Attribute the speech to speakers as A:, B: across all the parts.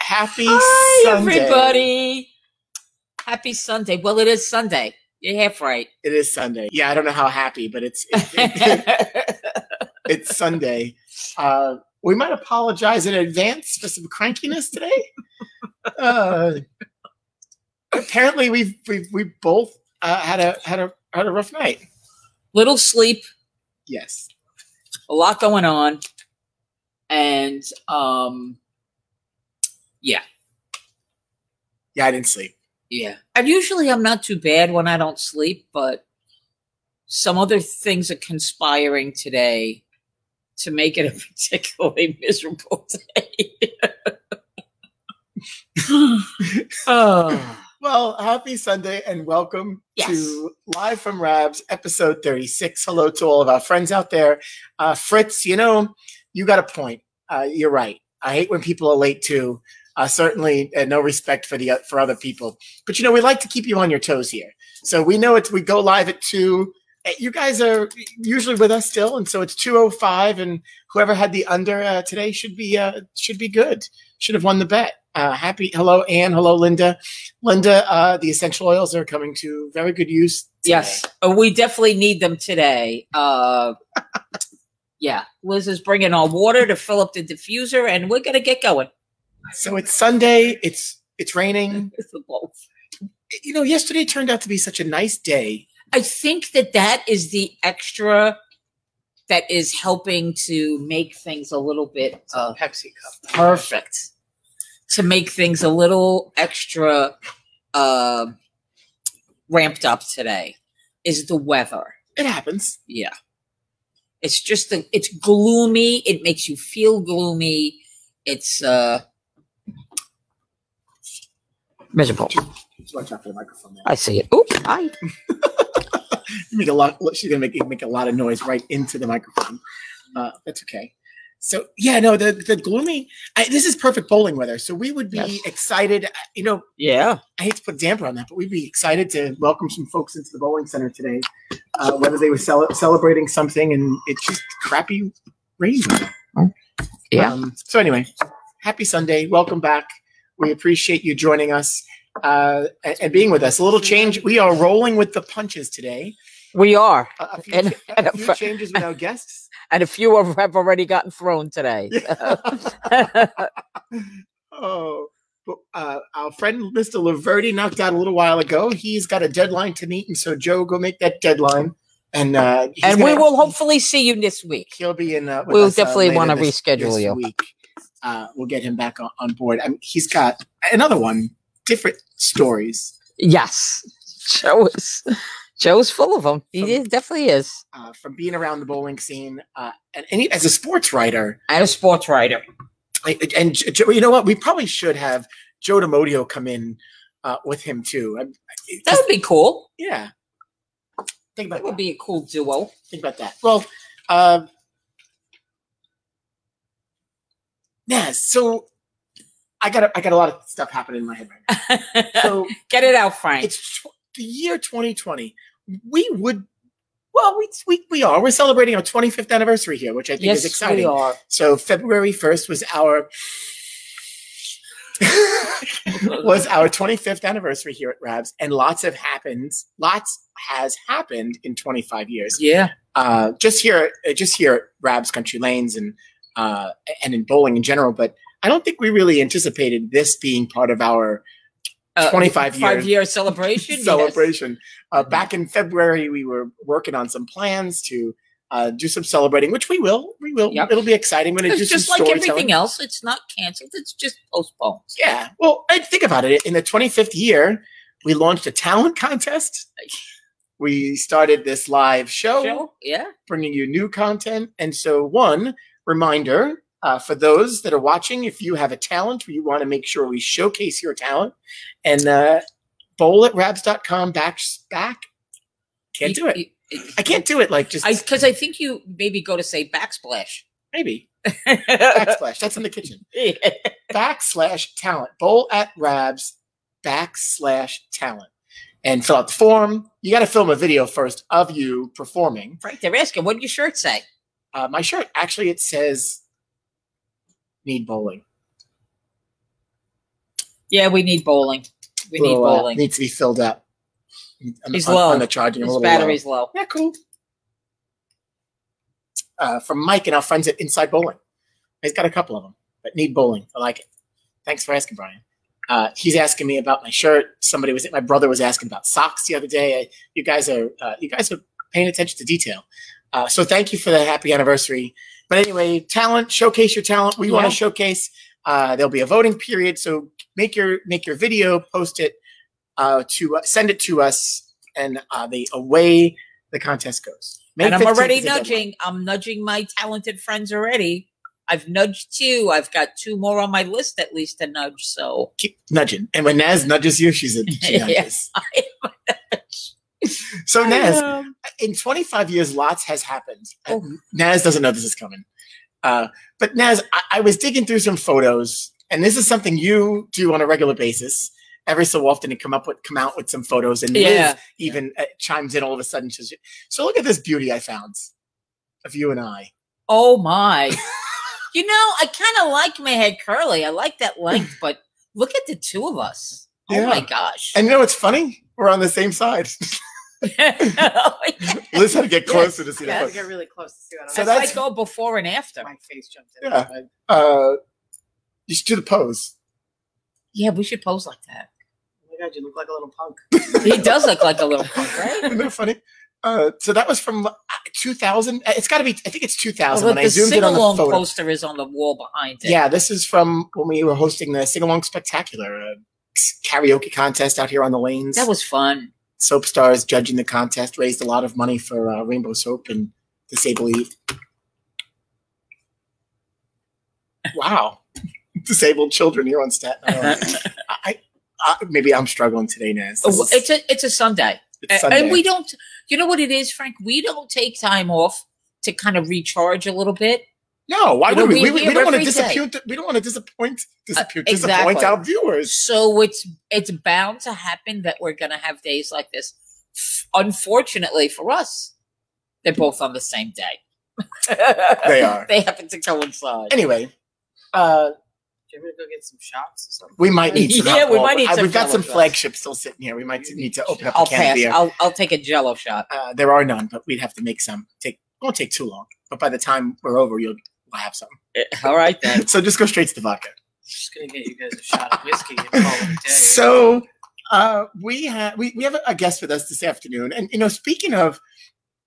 A: Happy
B: Hi,
A: Sunday.
B: everybody. Happy Sunday. Well, it is Sunday. You're half right.
A: It is Sunday. Yeah, I don't know how happy, but it's it's Sunday. Uh, we might apologize in advance for some crankiness today. Uh, apparently, we've we've we both uh, had a had a had a rough night.
B: Little sleep,
A: Yes,
B: a lot going on. And um
A: yeah, I didn't sleep.
B: yeah. And usually I'm not too bad when I don't sleep, but some other things are conspiring today to make it a particularly miserable day. oh.
A: Well, happy Sunday and welcome
B: Yes.
A: to Live from Rabs, episode 36. Hello to all of our friends out there. Uh, Fritz, you know, you got a point. Uh, you're right. I hate when people are late too. Uh, certainly, uh, no respect for the for other people. But you know, we like to keep you on your toes here. So we know it's we go live at two. Uh, You guys are usually with us still, and so it's two oh five. And whoever had the under uh, today should be uh, should be good. Should have won the bet. Uh, happy hello Anne, hello Linda. Linda, uh, the essential oils are coming to very good use. today.
B: Yes, uh, we definitely need them today. Uh, yeah, Liz is bringing our water to fill up the diffuser, and we're gonna get going.
A: So it's Sunday. It's it's raining.
B: It's a blow.
A: You know, yesterday turned out to be such a nice day.
B: I think that that is the extra that is helping to make things a little bit uh,
A: Pepsi cup.
B: perfect, to make things a little extra uh, ramped up today. Is the weather?
A: It happens.
B: Yeah. It's just the it's gloomy. It makes you feel gloomy. It's uh miserable.
A: Just watch out for the microphone. There.
B: I see it. Oop. Hi.
A: You Make a lot. She's gonna make make a lot of noise right into the microphone. Uh, that's okay. So yeah, no, the the gloomy. I, this is perfect bowling weather. So we would be
B: Yes.
A: excited. uh, You know,
B: Yeah.
A: I hate to put a damper on that, but we'd be excited to welcome some folks into the bowling center today, uh, whether they were cel- celebrating something and it's just crappy rain.
B: Yeah.
A: Um, so anyway, happy Sunday. Welcome back. We appreciate you joining us uh, and, and being with us. A little change. We are rolling with the punches today.
C: We are,
A: A, a few,
C: and
A: cha-
C: and
A: a
C: a,
A: few
C: fr-
A: changes with our guests.
C: and a few of have already gotten thrown today.
A: Oh, but, uh, our friend Mr. Laverty knocked out a little while ago. He's got a deadline to meet, and so Joe, go make that deadline. And uh, he's
C: and we
A: gonna-
C: will hopefully see you this week.
A: he'll be in. Uh, with
C: We'll
A: us, uh,
C: definitely
A: later
C: wanna
A: this-
C: reschedule
A: this
C: you.
A: Week. Uh, we'll get him back on, on board. I mean, he's got another one. Different stories.
C: Yes, Joe is Joe's full of them. He
A: From-
C: is, definitely is.
A: uh, from being around the bowling scene uh, and, and he- as a sports writer.
B: And a sports writer.
A: I, I- and J- Joe, you know what? We probably should have Joe DiModio come in uh, with him too. I, I-
B: That would be cool.
A: yeah. Think
B: That
A: about
B: would
A: that.
B: be a cool duo.
A: Think about that. Well, uh, yeah. So I got a, I got a lot of stuff happening in my head right now.
B: Get
A: So
B: it out, Frank.
A: it's tw- the year 2020. We would. Well, we, we, we are. We're celebrating our 25th anniversary here, which I think is
B: Yes, we
A: exciting.
B: are.
A: So February 1st was our
B: Uh,
A: was our 25th anniversary here at Rabs, and lots have happened. Lots has happened in 25 years.
B: Yeah.
A: Uh, just here, uh, just here at Rabs Country Lanes, and uh, and in bowling in general. But I don't think we really anticipated this being part of our
B: Uh,
A: 25 year
B: Five year celebration. yes.
A: celebration. Uh,
B: Mm-hmm.
A: back in February, we were working on some plans to. Uh, do some celebrating, which we will. We will.
B: Yep.
A: It'll be exciting. We're going to do
B: It's
A: some
B: just like
A: storytelling.
B: everything else. It's not canceled. It's just postponed.
A: Yeah. Well, I think about it. In the 25th year, we launched a talent contest. We started this live show,
B: Joe? Yeah.
A: bringing you new content. And so, one reminder uh, for those that are watching, if you have a talent, you want to make sure we showcase your talent and uh, bowl at rabs.com back, back. Can't
B: You-
A: do it.
B: you- it-
A: I can't do it like just
B: I because I think you maybe go to say backsplash.
A: maybe. Backsplash. That's in the kitchen. backslash talent. Bowl at Rabs backslash talent. And fill out the form. You got to film a video first of you performing.
B: Frank, they're asking, what did your shirt say?
A: Uh, my shirt actually it says need bowling.
B: Yeah, we need bowling. We need
A: Little, uh,
B: bowling.
A: Needs to be filled up. On-
B: He's
A: on,
B: low.
A: on the charging. a
B: His
A: little low.
B: battery's low.
A: Yeah, cool. Uh, from Mike and our friends at Inside Bowling. He's got a couple of them, but need bowling. I like it. Thanks for asking, Brian. Uh, he's asking me about my shirt. Somebody was my brother was asking about socks the other day. I, you guys are uh, you guys are paying attention to detail. Uh, so thank you for that happy anniversary. But anyway, talent showcase your talent. We want
B: Yeah.
A: to showcase. Uh, there'll be a voting period, so make your make your video, post it uh, to send it to us, and uh, the away the contest goes. May
B: and I'm
A: 15th
B: already
A: is the deadline.
B: nudging. I'm nudging my talented friends already. I've nudged two. I've got two more on my list at least to nudge. So
A: keep nudging. And when Naz nudges you, she's a she nudges.
B: Yes,
A: So Naz,
B: Um,
A: in 25 years, lots has happened.
B: Oh.
A: Naz doesn't know this is coming. Uh, but Naz, I, I was digging through some photos, and this is something you do on a regular basis. Every so often, and come up with come out with some photos, and Liz
B: Yeah.
A: even uh, chimes in all of a sudden. Says, so look at this beauty I found of you and I.
B: Oh my. you know, I kind of like my head curly. I like that length, but look at the two of us. Oh my
A: Yeah.
B: gosh.
A: And you know what's funny? We're on the same side.
B: As
A: Liz had to get
B: Yes.
A: closer to see
D: Yeah, I
A: that.
D: had to get really close to see that.
A: So
D: So
A: that's-
B: I go before and after.
D: my face jumped in.
A: Yeah. Uh, you should do the pose.
B: Yeah, we should pose like that.
D: Oh my god, you look like a little punk.
B: He does look like a little punk, right?
A: Isn't that funny? Uh, so that was from uh, 2000. Uh, It's got to be. I think it's 2000
B: Although
A: when I
B: the
A: zoomed in
B: sing
A: on
B: along
A: the photo.
B: poster is on the wall behind it.
A: Yeah, this is from when we were hosting the Sing Along Spectacular uh, karaoke contest out here on the lanes.
B: That was fun.
A: Soap stars judging the contest raised a lot of money for uh, Rainbow Soap and Disabled Youth. Wow, disabled children here on Staten Island. I, I, I- maybe I'm struggling today, Naz. This is-
B: It's a it's a Sunday.
A: it's
B: A-
A: Sunday.
B: And we don't, you know what it is, Frank? We don't take time off to kind of recharge a little bit.
A: No, why
B: You know,
A: would we?
B: we're
A: We, we
B: here
A: don't want to
B: every day. Uh,
A: disappoint. We don't want to disappoint disappoint,
B: exactly.
A: disappoint our viewers.
B: So it's it's bound to happen that we're going to have days like this. Unfortunately for us, they're both on the same day.
A: They are
B: they happen to coincide.
A: anyway. Uh,
D: Do you want me to go get some shots or something?
A: we might need some.
B: Yeah,
A: alcohol.
B: we might need
A: Uh,
B: some
A: We've got some
B: Jello shots.
A: flagships still sitting here. We might need to open up
B: I'll
A: a can of
B: pass.
A: beer.
B: I'll I'll take a Jello shot.
A: uh, there are none, but we'd have to make some. Take won't take too long, but by the time we're over, you'll we'll have some.
B: All right then.
A: So just go straight to the vodka.
D: just gonna get you guys a shot of whiskey and call it a day.
A: So uh, we have we, we have a guest with us this afternoon, and you know, speaking of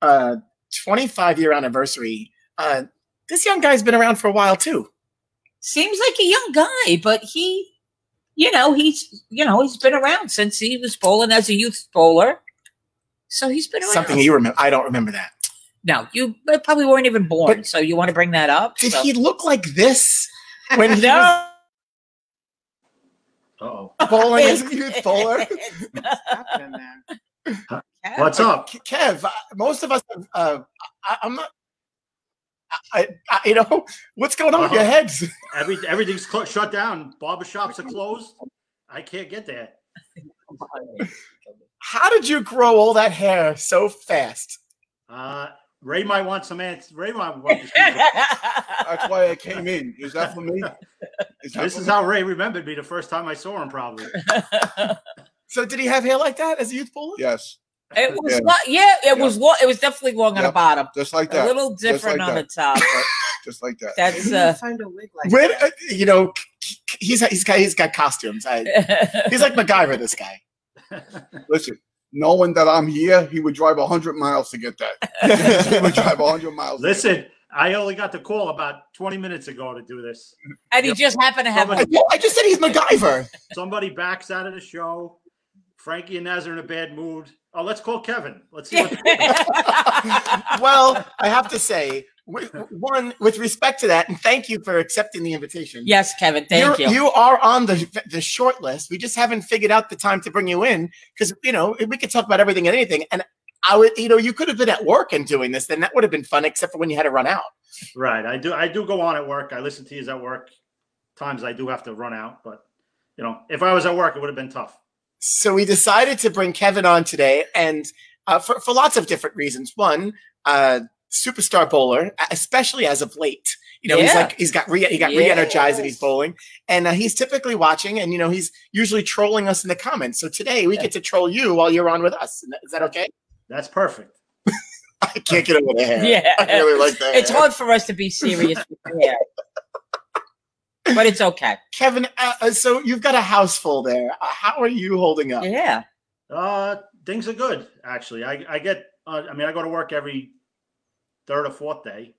A: uh, 25 year anniversary, uh, this young guy's been around for a while too.
B: Seems like a young guy, but he, you know, he's you know he's been around since he was bowling as a youth bowler. So he's been around.
A: Something you remember? I don't remember that.
B: no, you probably weren't even born.
A: But-
B: so you want to bring that up?
A: Did
B: So-
A: he look like this when he was
B: no.
E: Oh,
A: bowling as a youth bowler?
D: Happened in there.
E: what's up?
A: Ke- Kev, uh, most of us, uh, I, I'm not. I, I, you know what's going on with your
E: Uh-huh.
A: heads?
E: Every everything's clo- shut down. Barbershops are closed. I can't get there.
A: How did you grow all that hair so fast?
E: Uh, Ray might want some answers. Ray might want to speak.
B: That's
F: That's why I came in. Is that for me? Is that
E: This
F: for
E: is
F: me?
E: how Ray remembered me the first time I saw him, probably.
A: So did he have hair like that as a youth bowler?
F: yes,
B: It was
F: Yeah.
B: lo- yeah, it was long. It was definitely long on the
F: Yep.
B: bottom,
F: just like
B: a
F: that,
B: little different
F: like
B: on
F: that.
B: the top.
F: just like that.
D: Maybe
B: That's
D: we'll
B: uh,
D: find a wig like
A: When
D: that.
A: uh, you know k- k- he's he's got he's got costumes. I, he's like MacGyver. This guy.
F: Listen, knowing that I'm here, he would drive hundred miles to get that. he would drive hundred miles. to get
E: Listen, I only got the call about 20 minutes ago to do this.
B: and he just happened to have
A: I,
B: one.
E: Somebody,
A: I just said he's MacGyver.
E: somebody backs out of the show. Frankie and Naz are in a bad mood. Oh, let's call Kevin. Let's see. What,
A: well, I have to say, w- w- one with respect to that, and thank you for accepting the invitation.
B: yes, Kevin. Thank
A: You're-
B: you.
A: are on the the short list. We just haven't figured out the time to bring you in because you know we could talk about everything and anything. And I would, you know, you could have been at work and doing this, then that would have been fun, except for when you had to run out.
E: right. I do. I do go on at work. I listen to you at work. Times I do have to run out, but you know, if I was at work, it would have been tough.
A: So we decided to bring Kevin on today, and uh, for for lots of different reasons. One, uh, superstar bowler, e, especially as of late. You know, he's
B: Yeah.
A: like he's got re- he got
B: Yes.
A: re-energized and he's bowling, and uh, he's typically watching, and you know he's usually trolling us in the comments. So today we get to troll you while you're on with us. Is that okay?
E: That's perfect.
A: I can't get over the hair.
B: Yeah.
A: I really like that.
B: It's hard for us to be serious with hair. But it's okay.
A: Kevin. Uh, uh, so you've got a house full there. Uh, how are you holding up?
B: Yeah.
E: Uh, things are good actually. I I get. Uh, I mean, I go to work every third or fourth day,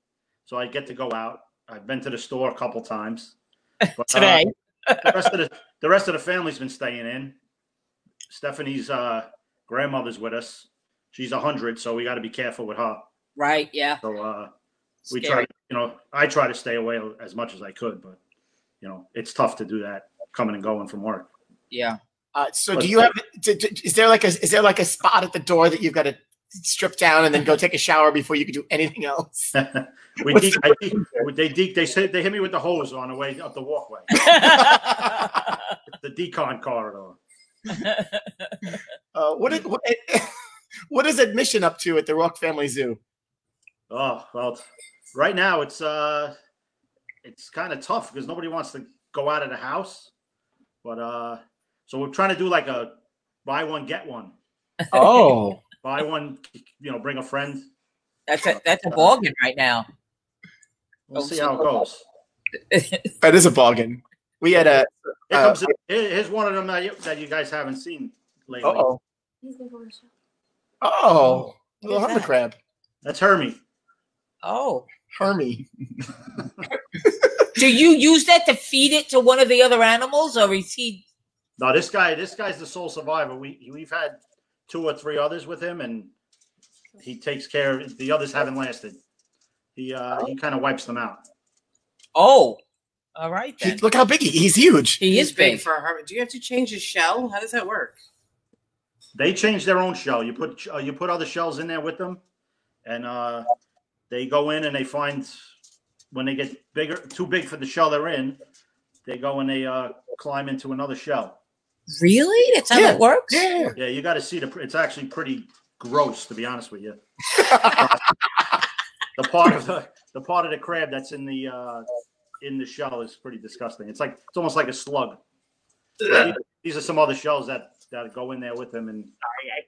E: so I get to go out. I've been to the store a couple times. But, uh,
B: Today.
E: the rest of the the rest of the family's been staying in. Stephanie's uh, grandmother's with us. She's hundred, so we got to be careful with her.
B: Right. Yeah.
E: So uh, we
B: Scary.
E: try, to, you know, I try to stay away as much as I could, but you know, it's tough to do that coming and going from work.
B: Yeah.
A: Uh, so do
E: Let's
A: you have? d- d- Is there like a is there like a spot at the door that you've got to strip down and then go take a shower before you can do anything else?
E: we
A: What's
E: de-
A: the
E: I de- they de- they said they hit me with the hose on the way up the walkway, the decon corridor.
A: Uh, what, is, what what is admission up to at the Rock Family Zoo?
E: Oh well, right now it's uh, it's kind of tough because nobody wants to go out of the house, but uh, so we're trying to do like a buy one get one,
A: Oh,
E: buy one, you know, bring a friend.
B: That's a that's a bargain right now.
E: We'll
B: Oh,
E: see
B: so-
E: how it goes.
A: that is a bargain. We had a
E: Here
A: Uh,
E: comes, here- here's one of them that you, that you guys haven't seen lately.
A: oh oh little hermit crab
E: That's Hermie.
B: Oh.
A: Hermie.
B: Do you use that to feed it to one of the other animals or is he
E: No, this guy, this guy's the sole survivor. We we've had two or three others with him, and he takes care. of The others haven't lasted. He uh, he kind of wipes them out.
B: Oh. All right
A: He,
B: then.
A: look how big he, he's huge.
B: He is big.
D: for a hermit. Do you have to change his shell? How does that work?
E: They change their own shell. You put uh, you put other shells in there with them, and uh, they go in and they find when they get bigger, too big for the shell they're in. They go and they uh, climb into another shell.
B: Really? That's how
A: Yeah.
B: it works?
A: Yeah.
E: Yeah, you got to see the. pr- It's actually pretty gross, to be honest with you. the part of the the part of the crab that's in the uh, in the shell is pretty disgusting. It's like it's almost like a slug. These- These are some other shells that that go in there with him, and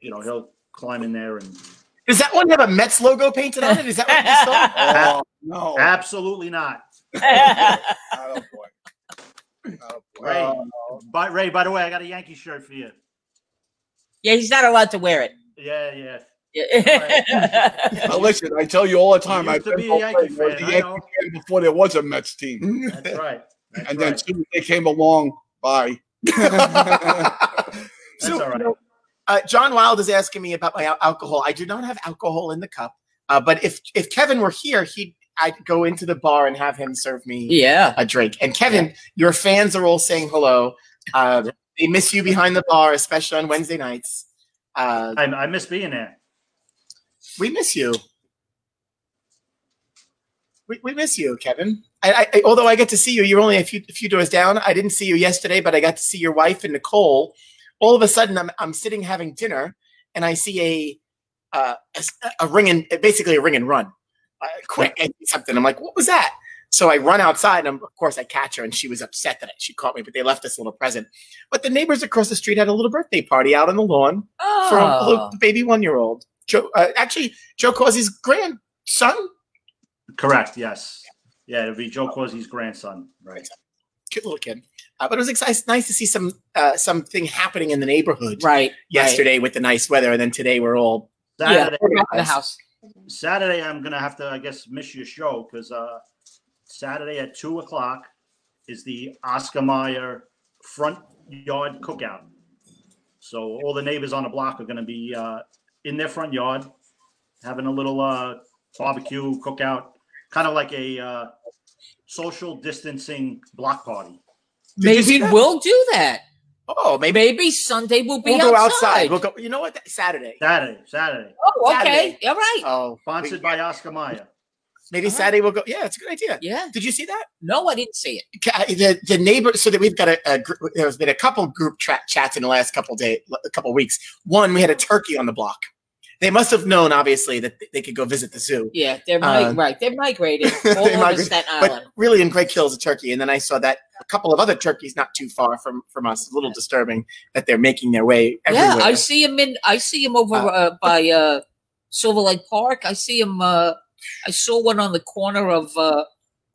E: you know he'll climb in there and
A: Does that one have a Mets logo painted on it? Is that what you saw?
F: Oh, no.
E: absolutely not.
F: Oh, boy. Oh, boy.
E: Ray, by, Ray, by the way, I got a Yankee shirt for you.
B: yeah, he's not allowed to wear it.
E: Yeah, yeah.
B: Yeah.
F: Now, listen, I tell you all the time,
E: You
F: I've
E: used to
F: been
E: be a Yankee
F: Oakland, was
E: fan.
F: the
E: I know.
F: Yankee fan before there was a Mets team.
E: That's right. That's
F: and then
E: right.
F: soon as they came along, bye. I
E: That's
A: so,
E: all right.
A: you know, uh, John Wild is asking me about my al- alcohol. I do not have alcohol in the cup, uh, but if if Kevin were here, he'd I'd go into the bar and have him serve me
B: yeah.
A: a drink. And Kevin, your fans are all saying hello. Uh, they miss you behind the bar, especially on Wednesday nights. Uh,
E: I, I miss being there.
A: we miss you. We, we miss you, Kevin. I, I, I, although I get to see you, you're only a few, a few doors down. I didn't see you yesterday, but I got to see your wife and Nicole. All of a sudden, I'm, I'm sitting having dinner, and I see a uh, a, s- a ring and basically a ring and run, uh, quick I see something. I'm like, what was that? So I run outside, and I'm- of course I catch her, and she was upset that she caught me, but they left this little present. But the neighbors across the street had a little birthday party out on the lawn for a little
B: Oh.
A: baby one year old. Joe, uh, actually, Joe Causey's grandson.
E: Correct. Yes. Yeah, it'd be Joe Quasi's grandson. Right.
A: Cute little kid. Uh, but it was exci- nice to see some uh, something happening in the neighborhood
B: Right.
A: yesterday with the nice weather, and then today we're all
B: Right. Yeah.
E: Saturday,
B: we're back in the house.
E: Saturday, I'm gonna have to, I guess, miss your show because uh, Saturday at two o'clock is the Oscar Mayer front yard cookout. So all the neighbors on the block are gonna be uh, in their front yard having a little uh, barbecue cookout, kind of like a uh, social distancing block party.
A: Did you
B: Maybe
A: see that?
B: we'll do that.
A: Oh, maybe
B: Maybe Sunday we'll be
A: we'll go
B: outside.
A: outside. We'll go. You know what? Saturday.
E: Saturday, Saturday,
B: Oh, okay. All right.
A: Oh,
E: sponsored by Oscar Mayer.
A: maybe
B: All right.
A: Saturday we'll go. Yeah, it's a good idea.
B: Yeah.
A: Did you see that?
B: No, I didn't see it.
A: Ca- uh, The, the neighbor. So that we've got a, a gr- there's been a couple group tra- chats in the last couple day a couple weeks. One, we had a turkey on the block, They must have known, obviously, that they could go visit the zoo.
B: Yeah, they're mi-
A: Uh,
B: right. They're migrated
A: they
B: all over
A: migrated,
B: Staten
A: But
B: Island.
A: really, in Great Kills a turkey, and then I saw that a couple of other turkeys not too far from from us. A little disturbing that they're making their way everywhere.
B: yeah, I see him in. I see him over
A: Uh,
B: uh, by uh, Silver Lake Park. I see him. Uh, I saw one on the corner of uh,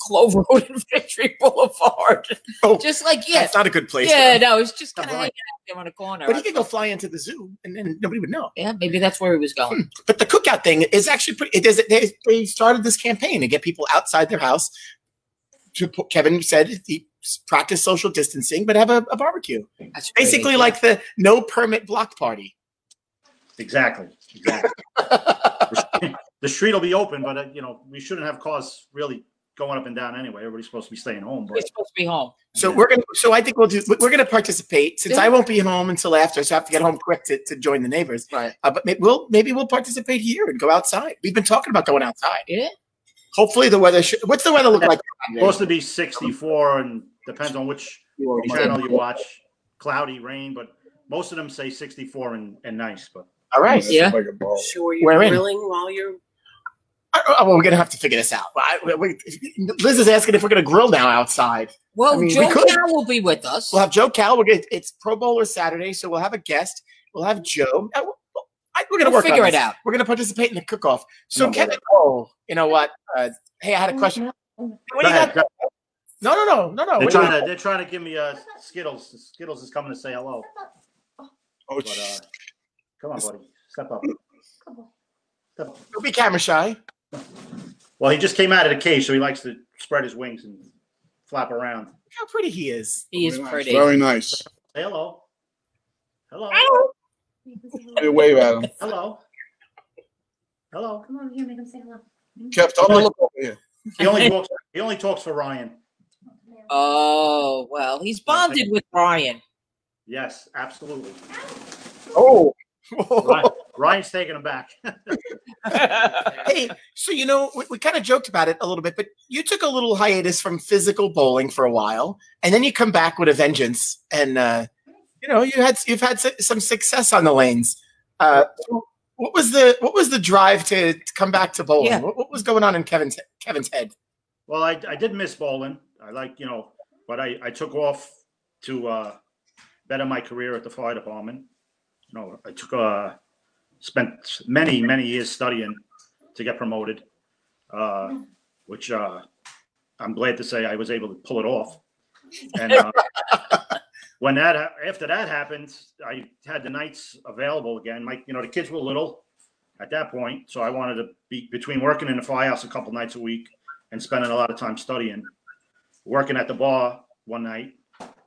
B: Clove Road and Victory Boulevard.
A: Oh,
B: just like yeah,
A: That's not a good place.
B: yeah.
A: though.
B: No, it's just kind of
A: Right.
B: hanging out there on the corner.
A: But he could go fly into the zoo, and then nobody would know.
B: yeah, maybe that's where he was going.
A: But the cookout thing is actually pretty. It is, they, they started this campaign to get people outside their house. To put, Kevin said he s- practice social distancing, but have a, a barbecue.
B: That's a great
A: Basically,
B: idea.
A: like the no permit block party.
E: Exactly. Exactly. the street will be open, but uh, you know we shouldn't have cars really going up and down anyway. Everybody's supposed to be staying home.
B: we're
E: But
B: supposed to be home.
A: So we're gonna. So I think we'll do. We're gonna participate since I won't be home until after. So I have to get home quick to, to join the neighbors.
F: Right.
A: Uh, but maybe we'll maybe we'll participate here and go outside. We've been talking about going outside.
B: Yeah.
A: Hopefully the weather. Should, what's the weather look like?
E: supposed to be 64, and depends on which
A: You already said.
E: channel you watch. Cloudy, rain, but most of them say 64 and, and nice. But
A: All right.
B: Yeah.
F: Like a ball.
D: Sure, you're
A: We're in.
D: grilling while you're.
A: I- I- well, we're gonna have to figure this out. I, we, Liz is asking if we're gonna grill now outside.
B: Well,
A: I mean, we
B: Joe
A: could.
B: Cow will be with us.
A: We'll have Joe Cal. We're gonna, it's Pro Bowler Saturday, so we'll have a guest. We'll have Joe. I- I- we're gonna
B: We'll
A: work on
B: figure it
A: this.
B: out.
A: We're gonna participate in the cook-off. So
F: No,
A: Kevin, oh, you know what? Uh, hey, I had a
B: Oh,
A: question. What do
E: Go
A: you
E: ahead,
A: got?
E: go-
A: No, no, no, no, no. What
E: they're
A: do you-
E: trying to they're trying to give me uh, Skittles. Skittles is coming to say hello.
F: Oh,
E: But uh, come on, buddy, step up. Step up.
A: Don't be camera shy.
E: Well, he just came out of the cage, so he likes to spread his wings and flap around.
A: Look how pretty he is.
B: he is
F: very nice,
B: pretty.
F: Very nice.
E: Say hello. Hello.
F: Give me a wave at him.
E: Hello. Hello.
G: Come over here, make him say hello.
F: Kev, don't look over here.
E: He only talks. He only talks for Ryan.
B: Oh well, he's bonded with Ryan.
E: Yes, absolutely.
A: Oh.
E: Ryan, Ryan's taking him back.
A: hey, so you know, we, we kind of joked about it a little bit, but you took a little hiatus from physical bowling for a while, and then you come back with a vengeance, and uh, you know, you had you've had s- some success on the lanes. Uh, what was the what was the drive to to come back to bowling?
B: Yeah.
A: What, what was going on in Kevin's Kevin's head?
E: well, I, I did miss bowling. I like you know, but I I took off to uh, better my career at the fire department. You know, I took uh spent many many years studying to get promoted, uh, which uh, I'm glad to say I was able to pull it off. And uh, when that after that happened, I had the nights available again. My you know the kids were little at that point, so I wanted to be between working in the firehouse a couple nights a week and spending a lot of time studying, working at the bar one night,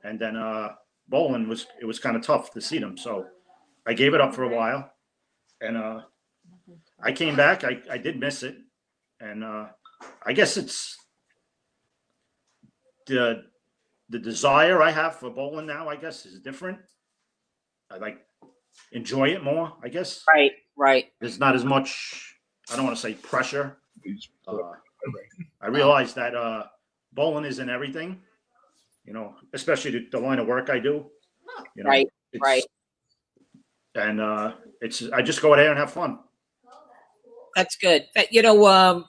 E: and then uh, bowling was it was kind of tough to see them. So I gave it up for a while, and uh, I came back. I, I did miss it, and uh, I guess it's the the desire I have for bowling now. I guess is different. I like enjoy it more. I guess
B: Right, right.
E: there's not as much i don't want to say pressure uh, i realize that uh bowling isn't everything you know especially the, the line of work i do you know
B: Right,
E: it's-
B: right.
E: and uh it's i just go out there and have fun
B: That's good. But you know, um,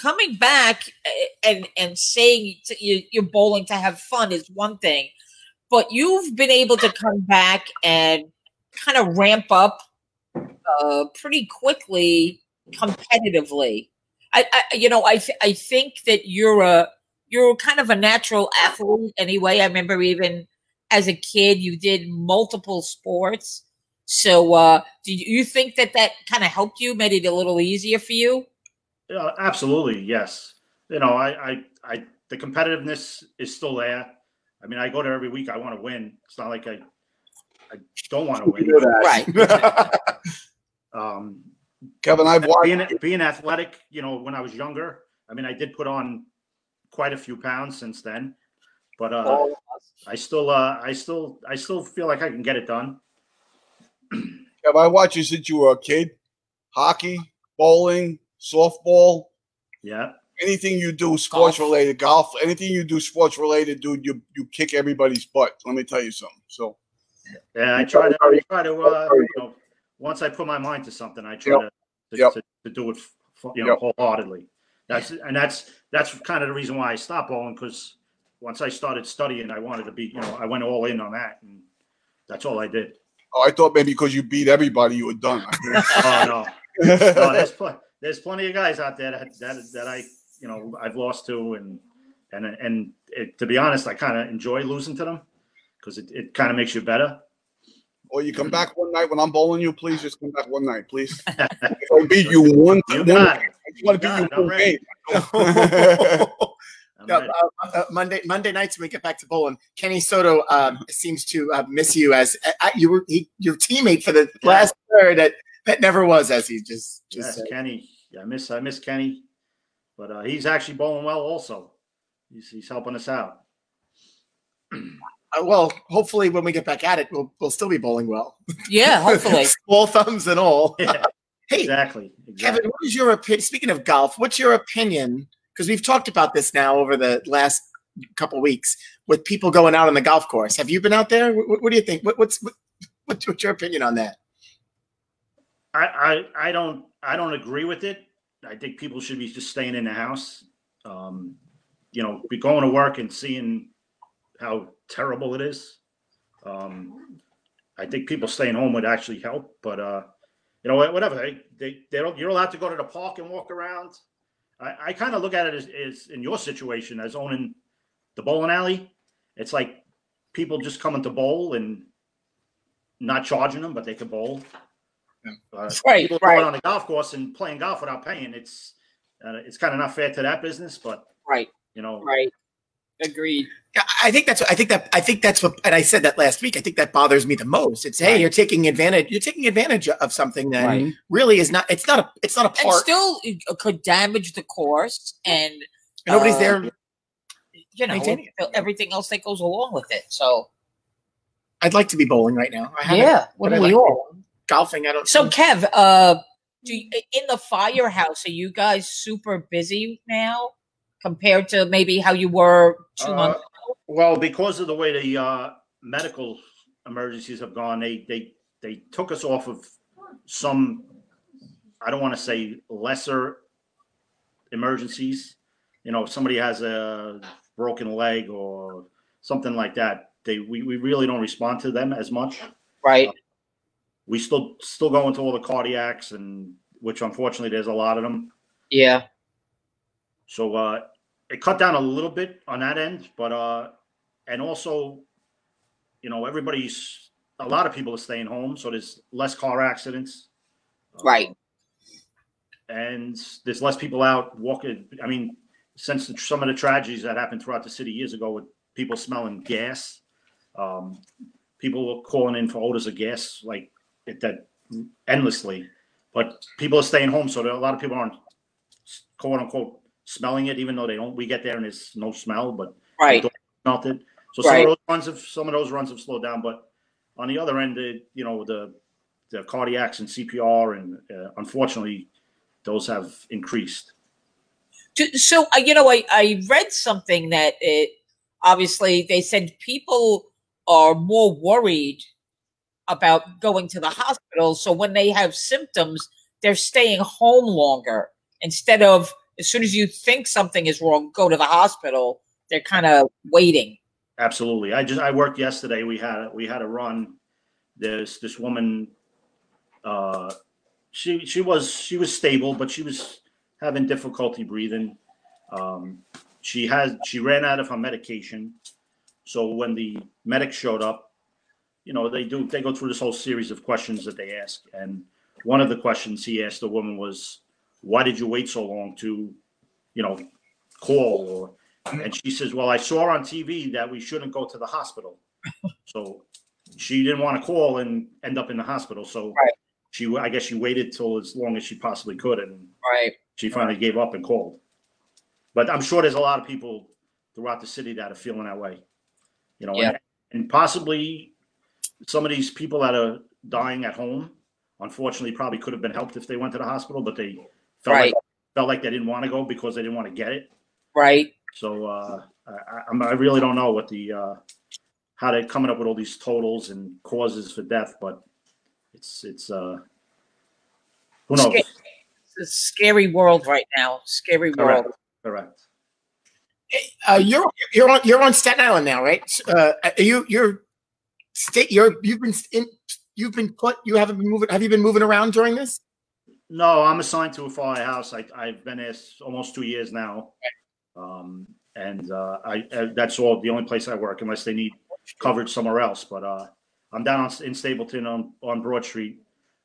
B: coming back eh, and and saying to, you, you're bowling to have fun is one thing, but you've been able to come back and kind of ramp up uh, pretty quickly competitively. I, I you know, I th- I think that you're a you're kind of a natural athlete anyway. I remember even as a kid, you did multiple sports. So, uh, do you think that that kind of helped you, made it a little easier for you?
E: Yeah, absolutely. Yes. You know, I, I, I, the competitiveness is still there. I mean, I go there every week. I want to win. It's not like I, I don't want to win.
B: Right.
E: Um,
F: Kevin, I've watched.
E: being being athletic, you know, when I was younger, I mean, I did put on quite a few pounds since then, but uh,
F: Oh.
B: All of
E: I still, uh, I still, I still feel like I can get it done.
F: Kev, I watched you since you were a kid. Hockey, bowling, softball,
E: Yeah,
F: anything you do sports related, golf, anything you do sports related, dude, you you kick everybody's butt. Let me tell you something. So
E: yeah. I try to, I try to, uh, you know, once I put my mind to something, I try
F: Yep.
E: to, to,
F: Yep.
E: to, to do it, f- f- you know,
F: Yep.
E: wholeheartedly. That's and that's that's kind of the reason why I stopped bowling because once I started studying, I wanted to be, you know, I went all in on that, and that's all I did.
F: Oh, I thought maybe because you beat everybody, you were done.
E: Oh no. no, there's pl- there's plenty of guys out there that, that that I you know I've lost to, and and and it, to be honest, I kind of enjoy losing to them because it, it kind of makes you better.
F: or you come back one night when I'm bowling you, please just come back one night, please. if I beat you one,
E: You
F: one
E: got it.
F: I just want
E: You
F: to
E: got it.
F: beat you
E: I'm
F: one
E: ready.
F: game.
E: I'm
A: Yeah,
E: ready.
A: uh, uh, Monday Monday nights when we get back to bowling, Kenny Soto um, seems to uh, miss you as uh, you were he, your teammate for the
E: Yeah.
A: last third that that never was as he just just
E: Yes,
A: said.
E: Kenny. Yeah, I miss I miss Kenny, but uh, he's actually bowling well. Also, he's he's helping us out.
A: Uh, well, hopefully when we get back at it, we'll we'll still be bowling well,
B: Yeah, hopefully.
A: small thumbs and all.
E: Yeah,
A: Hey,
E: exactly.
A: Kevin,
E: Exactly.
A: what is your opinion? Speaking of golf, what's your opinion? Because we've talked about this now over the last couple weeks with people going out on the golf course. Have you been out there? What, what do you think? What, what's what, what's what's your opinion on that?
E: I, I I don't I don't agree with it. I think people should be just staying in the house. Um, you know, be going to work and seeing how terrible it is. Um, I think people staying home would actually help, but uh, you know, whatever they they, they don't, you're allowed to go to the park and walk around. I, I kind of look at it as, as in your situation as owning the bowling alley. It's like people just coming to bowl and not charging them, but they can bowl. Uh,
B: Right,
E: people
B: right,
E: going on the golf course and playing golf without paying. It's uh, it's kind of not fair to that business, but
B: right,
E: you know,
B: right. Agreed.
A: Yeah, I think that's. I think that. I think that's what. And I said that last week. I think that bothers me the most. It's hey,
B: Right.
A: you're taking advantage. You're taking advantage of something that
B: Right.
A: really is not. It's not a. It's not a
B: And
A: park.
B: still it could damage the course and
A: Nobody's
B: uh,
A: there.
B: you know
A: Maintaining
B: everything else that goes along with it. So
A: I'd like to be bowling right now. I haven't.
B: wouldn't
A: but I
B: we
A: like
B: all?
A: Golfing. I don't.
B: So Kev, uh, do you, in the firehouse are you guys super busy now compared to maybe how you were two
E: Uh,
B: months?
E: Well, because of the way the uh, medical emergencies have gone, they they they took us off of some. I don't want to say lesser emergencies. You know, if somebody has a broken leg or something like that, they we, we really don't respond to them as much.
A: uh,
B: Right.
E: We still still go into all the cardiacs and which unfortunately there's a lot of them.
B: Yeah.
E: So uh, it cut down a little bit on that end, but uh, and also, you know, everybody's a lot of people are staying home, so there's less car accidents,
B: Right.
E: Um, and there's less people out walking. I mean, since the, some of the tragedies that happened throughout the city years ago with people smelling gas, um, people were calling in for odors of gas like it, that endlessly. But people are staying home, so there, a lot of people aren't quote unquote smelling it, even though they don't. We get there and there's no smell, but
B: Right.
E: they smelt it. So some
B: Right.
E: of those runs have some of those runs have slowed down, but on the other end, the, you know the the cardiacs and CPR and uh, unfortunately those have increased.
B: Do- so uh, you know I, I read something that it obviously they said people are more worried about going to the hospital so when they have symptoms they're staying home longer instead of as soon as you think something is wrong go to the hospital they're kind of waiting
E: Absolutely. I just I worked yesterday. We had we had a run. There's this woman. Uh, she she was she was stable, but she was having difficulty breathing. Um, she has she ran out of her medication, so when the medic showed up, you know they do they go through this whole series of questions that they ask, and one of the questions he asked the woman was, "Why did you wait so long to, you know, call or and she says, Well, I saw on TV that we shouldn't go to the hospital. so she didn't want to call and end up in the hospital. So
B: Right.
E: she, I guess she waited till as long as she possibly could and
B: right
E: she finally gave up and called. But I'm sure there's a lot of people throughout the city that are feeling that way. You know, and, and possibly some of these people that are dying at home, unfortunately, probably could have been helped if they went to the hospital, but they felt,
B: Right.
E: like, felt like they didn't want to go because they didn't want to get it.
B: right
E: So uh, I, I, I'm- I really don't know what the uh, how they're coming up with all these totals and causes for death, but It's it's uh, who knows?
B: Sca- It's a scary world right now. Scary world.
E: Correct. Correct.
A: Uh, you're you're on you're on Staten Island now, right? Uh, are you you're state you're you've been in you've been put you haven't been moving have you been moving around during this?
E: No, I'm assigned to a firehouse. I, I've been there s- almost two years now. Um, and, uh, I, uh, that's all, the only place I work unless they need coverage somewhere else. But, uh, I'm down on, S- in Stapleton on, on Broad Street,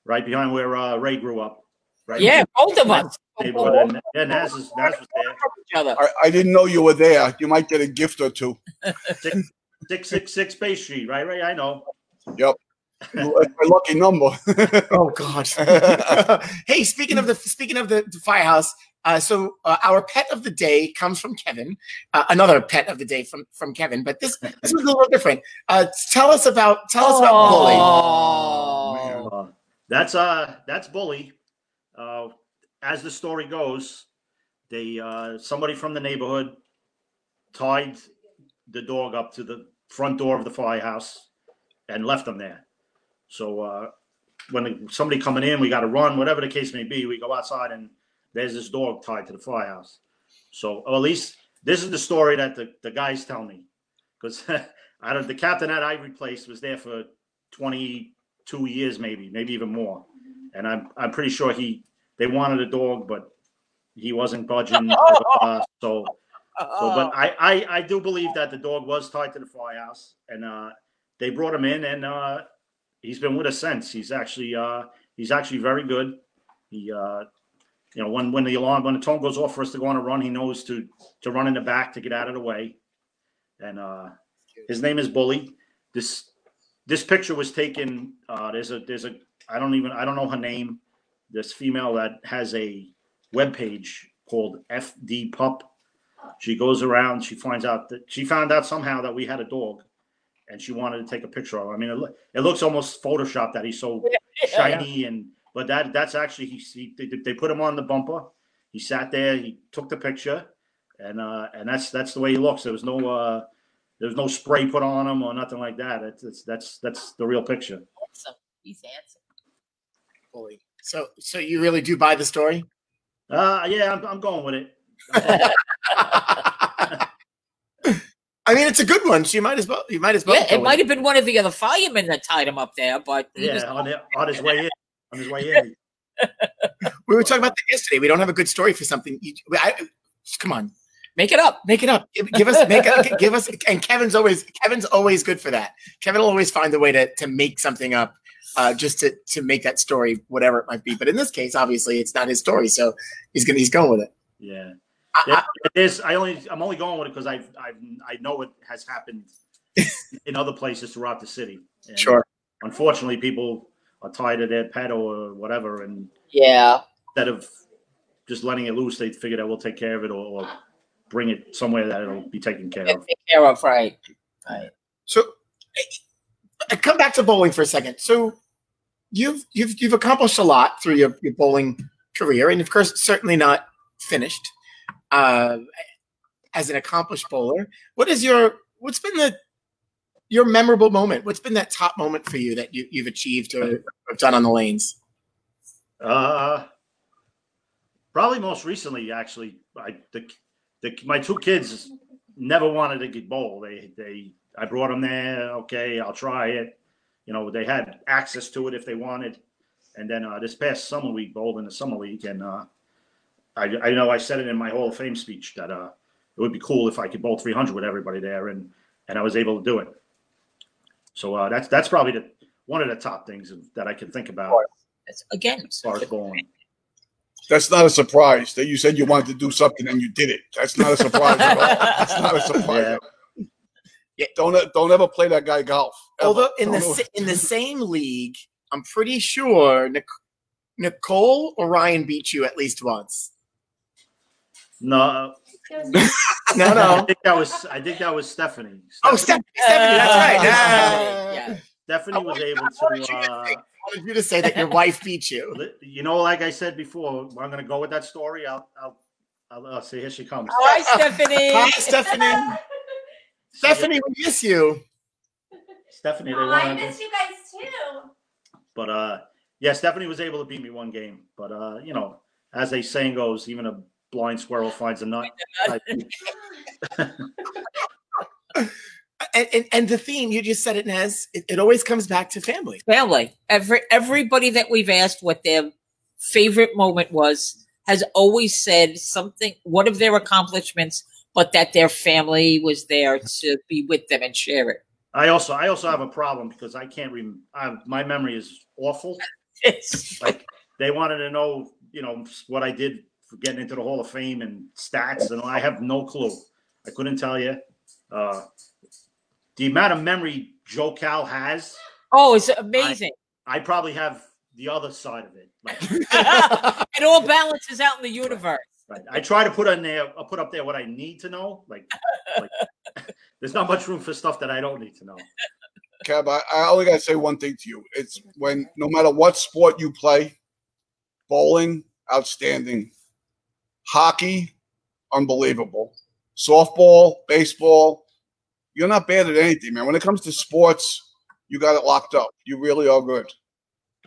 E: right behind where, uh, Ray grew up. right in
B: Yeah,
E: the
B: both of us.
E: Neighborhood. And, and Naz is, Naz was there.
B: Each other.
F: I, I didn't know you were there. You might get a gift or two.
E: Six, six, six Bay Street, right, Ray? I know.
F: It's my lucky number.
A: Oh God! hey, speaking of the speaking of the, the firehouse, uh, so uh, our pet of the day comes from Kevin. Uh, another pet of the day from from Kevin, but this this was a little different. Uh, tell us about tell us about bully.
B: Oh,
E: Uh, that's uh that's bully. Uh, as the story goes, they uh, somebody from the neighborhood tied the dog up to the front door of the firehouse and left them there. So uh, when somebody coming in, we got to run, whatever the case may be. We go outside and there's this dog tied to the firehouse. So or at least this is the story that the, the guys tell me because I don't the captain that I replaced was there for 20 two years, maybe, maybe even more. And I'm I'm pretty sure he they wanted a dog, but he wasn't budging. uh, so, so, but I, I I do believe that the dog was tied to the firehouse, and uh, they brought him in, and uh, he's been with us since. He's actually uh, he's actually very good. He uh, you know when when the alarm when the tone goes off for us to go on a run, he knows to to run in the back to get out of the way. And uh, his name is Bully. This this picture was taken. Uh, there's a there's a I don't even I don't know her name. This female that has a web page called FD Pup. She goes around. She finds out that she found out somehow that we had a dog, and she wanted to take a picture of. Him. I mean, it, loo- it looks almost photoshopped that he's so shiny and but that that's actually he, he they, they put him on the bumper. He sat there. He took the picture, and uh and that's that's the way he looks. There was no uh there was no spray put on him or nothing like that. It's, it's that's that's the real picture.
B: handsome. He's handsome.
A: Bully. So so you really do buy the story?
E: Uh yeah, I'm, I'm going with it.
A: I mean, it's a good one. So you might as well you might as well.
B: Yeah,
A: go
B: it
A: with
B: might have been one of the other firemen that tied him up there, but he was
E: Yeah, on, the, on his way in, on his way in.
A: We were talking about that yesterday. We don't have a good story for something. You, I, come on,
B: make it up.
A: make it up. Give, give us, make a, give us. And Kevin's always, Kevin's always good for that. Kevin will always find a way to to make something up, uh, just to to make that story whatever it might be. But in this case, obviously, it's not his story, so he's gonna he's going with it.
E: Yeah,
A: I- I-
E: There- there's I only I'm only going with it because I've I've I know it has happened in other places throughout the city. And
A: sure.
E: Unfortunately, people are tied to their pet or whatever, and
B: Yeah.
E: instead of just letting it loose, they figure that we'll take care of it or, or bring it somewhere that it'll be taken care of.
B: Take care of, right.
A: So, I- I come back to bowling for a second. So, you've you've you've accomplished a lot through your, your bowling career, and of course, certainly not finished uh, as an accomplished bowler. What is your what's been the your memorable moment? What's been that top moment for you that you, you've achieved or, or done on the lanes?
E: Uh, probably most recently, actually, I the, the my two kids never wanted to get bowl. They they I brought them there. Okay, I'll try it. You know, they had access to it if they wanted. And then uh, this past summer we bowled in the summer league, and uh, I I know I said it in my Hall of Fame speech that uh, it would be cool if I could bowl 300 with everybody there, and and I was able to do it. So uh, that's that's probably the one of the top things that I can think about
B: That's, again,
E: as far as bowling.
F: That's not a surprise that you said you wanted to do something and you did it. That's not a surprise at all. That's not a surprise.
E: Yeah.
A: Yeah.
F: Don't e, don't ever play that guy golf. ever.
A: Although in the
F: Don't
A: sa- in the same league, I'm pretty sure Nic- Nicole or Ryan beat you at least once.
E: No,
A: No,
E: I
A: no.
E: think that was I think that was Stephanie.
A: Oh,
E: Stephanie,
A: Stephanie, Stephanie that's right. Ah.
B: Yeah.
A: Uh, oh, Yeah.
E: Stephanie was able
A: wanted
E: to.
A: you to
E: Uh,
A: think. I wanted you to say that your wife beat you.
E: li- you know, like I said before, I'm going to go with that story. I'll, I'll, I'll, I'll say here she comes.
B: Hi, Stephanie.
A: Hi, Stephanie. Stephanie, we miss you.
E: Stephanie, they
G: Oh, I
E: wanted.
G: missed you guys too.
E: But uh, yeah, Stephanie was able to beat me one game. But uh, you know, as a saying goes, even a blind squirrel finds a nut. I-
A: And, and, and the theme, you just said it, Nez, it, it always comes back to family.
B: Family. Every everybody that we've asked what their favorite moment was has always said something one of their accomplishments, but that their family was there to be with them and share it.
E: I also I also have a problem because I can't rem- I, my memory is awful.
B: It's
E: Like they wanted to know, you know, what I did for getting into the Hall of Fame and stats, and I have no clue. I couldn't tell you. Uh, the amount of memory Joe Cal has,
B: oh, it's amazing.
E: I probably have the other side of it. Like,
B: it all balances out in the universe.
E: right. I try to put on there, I put up there what I need to know. Like, like there's not much room for stuff that I don't need to know.
F: Kev, I, I only gotta say one thing to you. It's when no matter what sport you play, bowling, outstanding. Hockey, unbelievable. Softball, baseball, you're not bad at anything, man. When it comes to sports, you got it locked up. You really are good,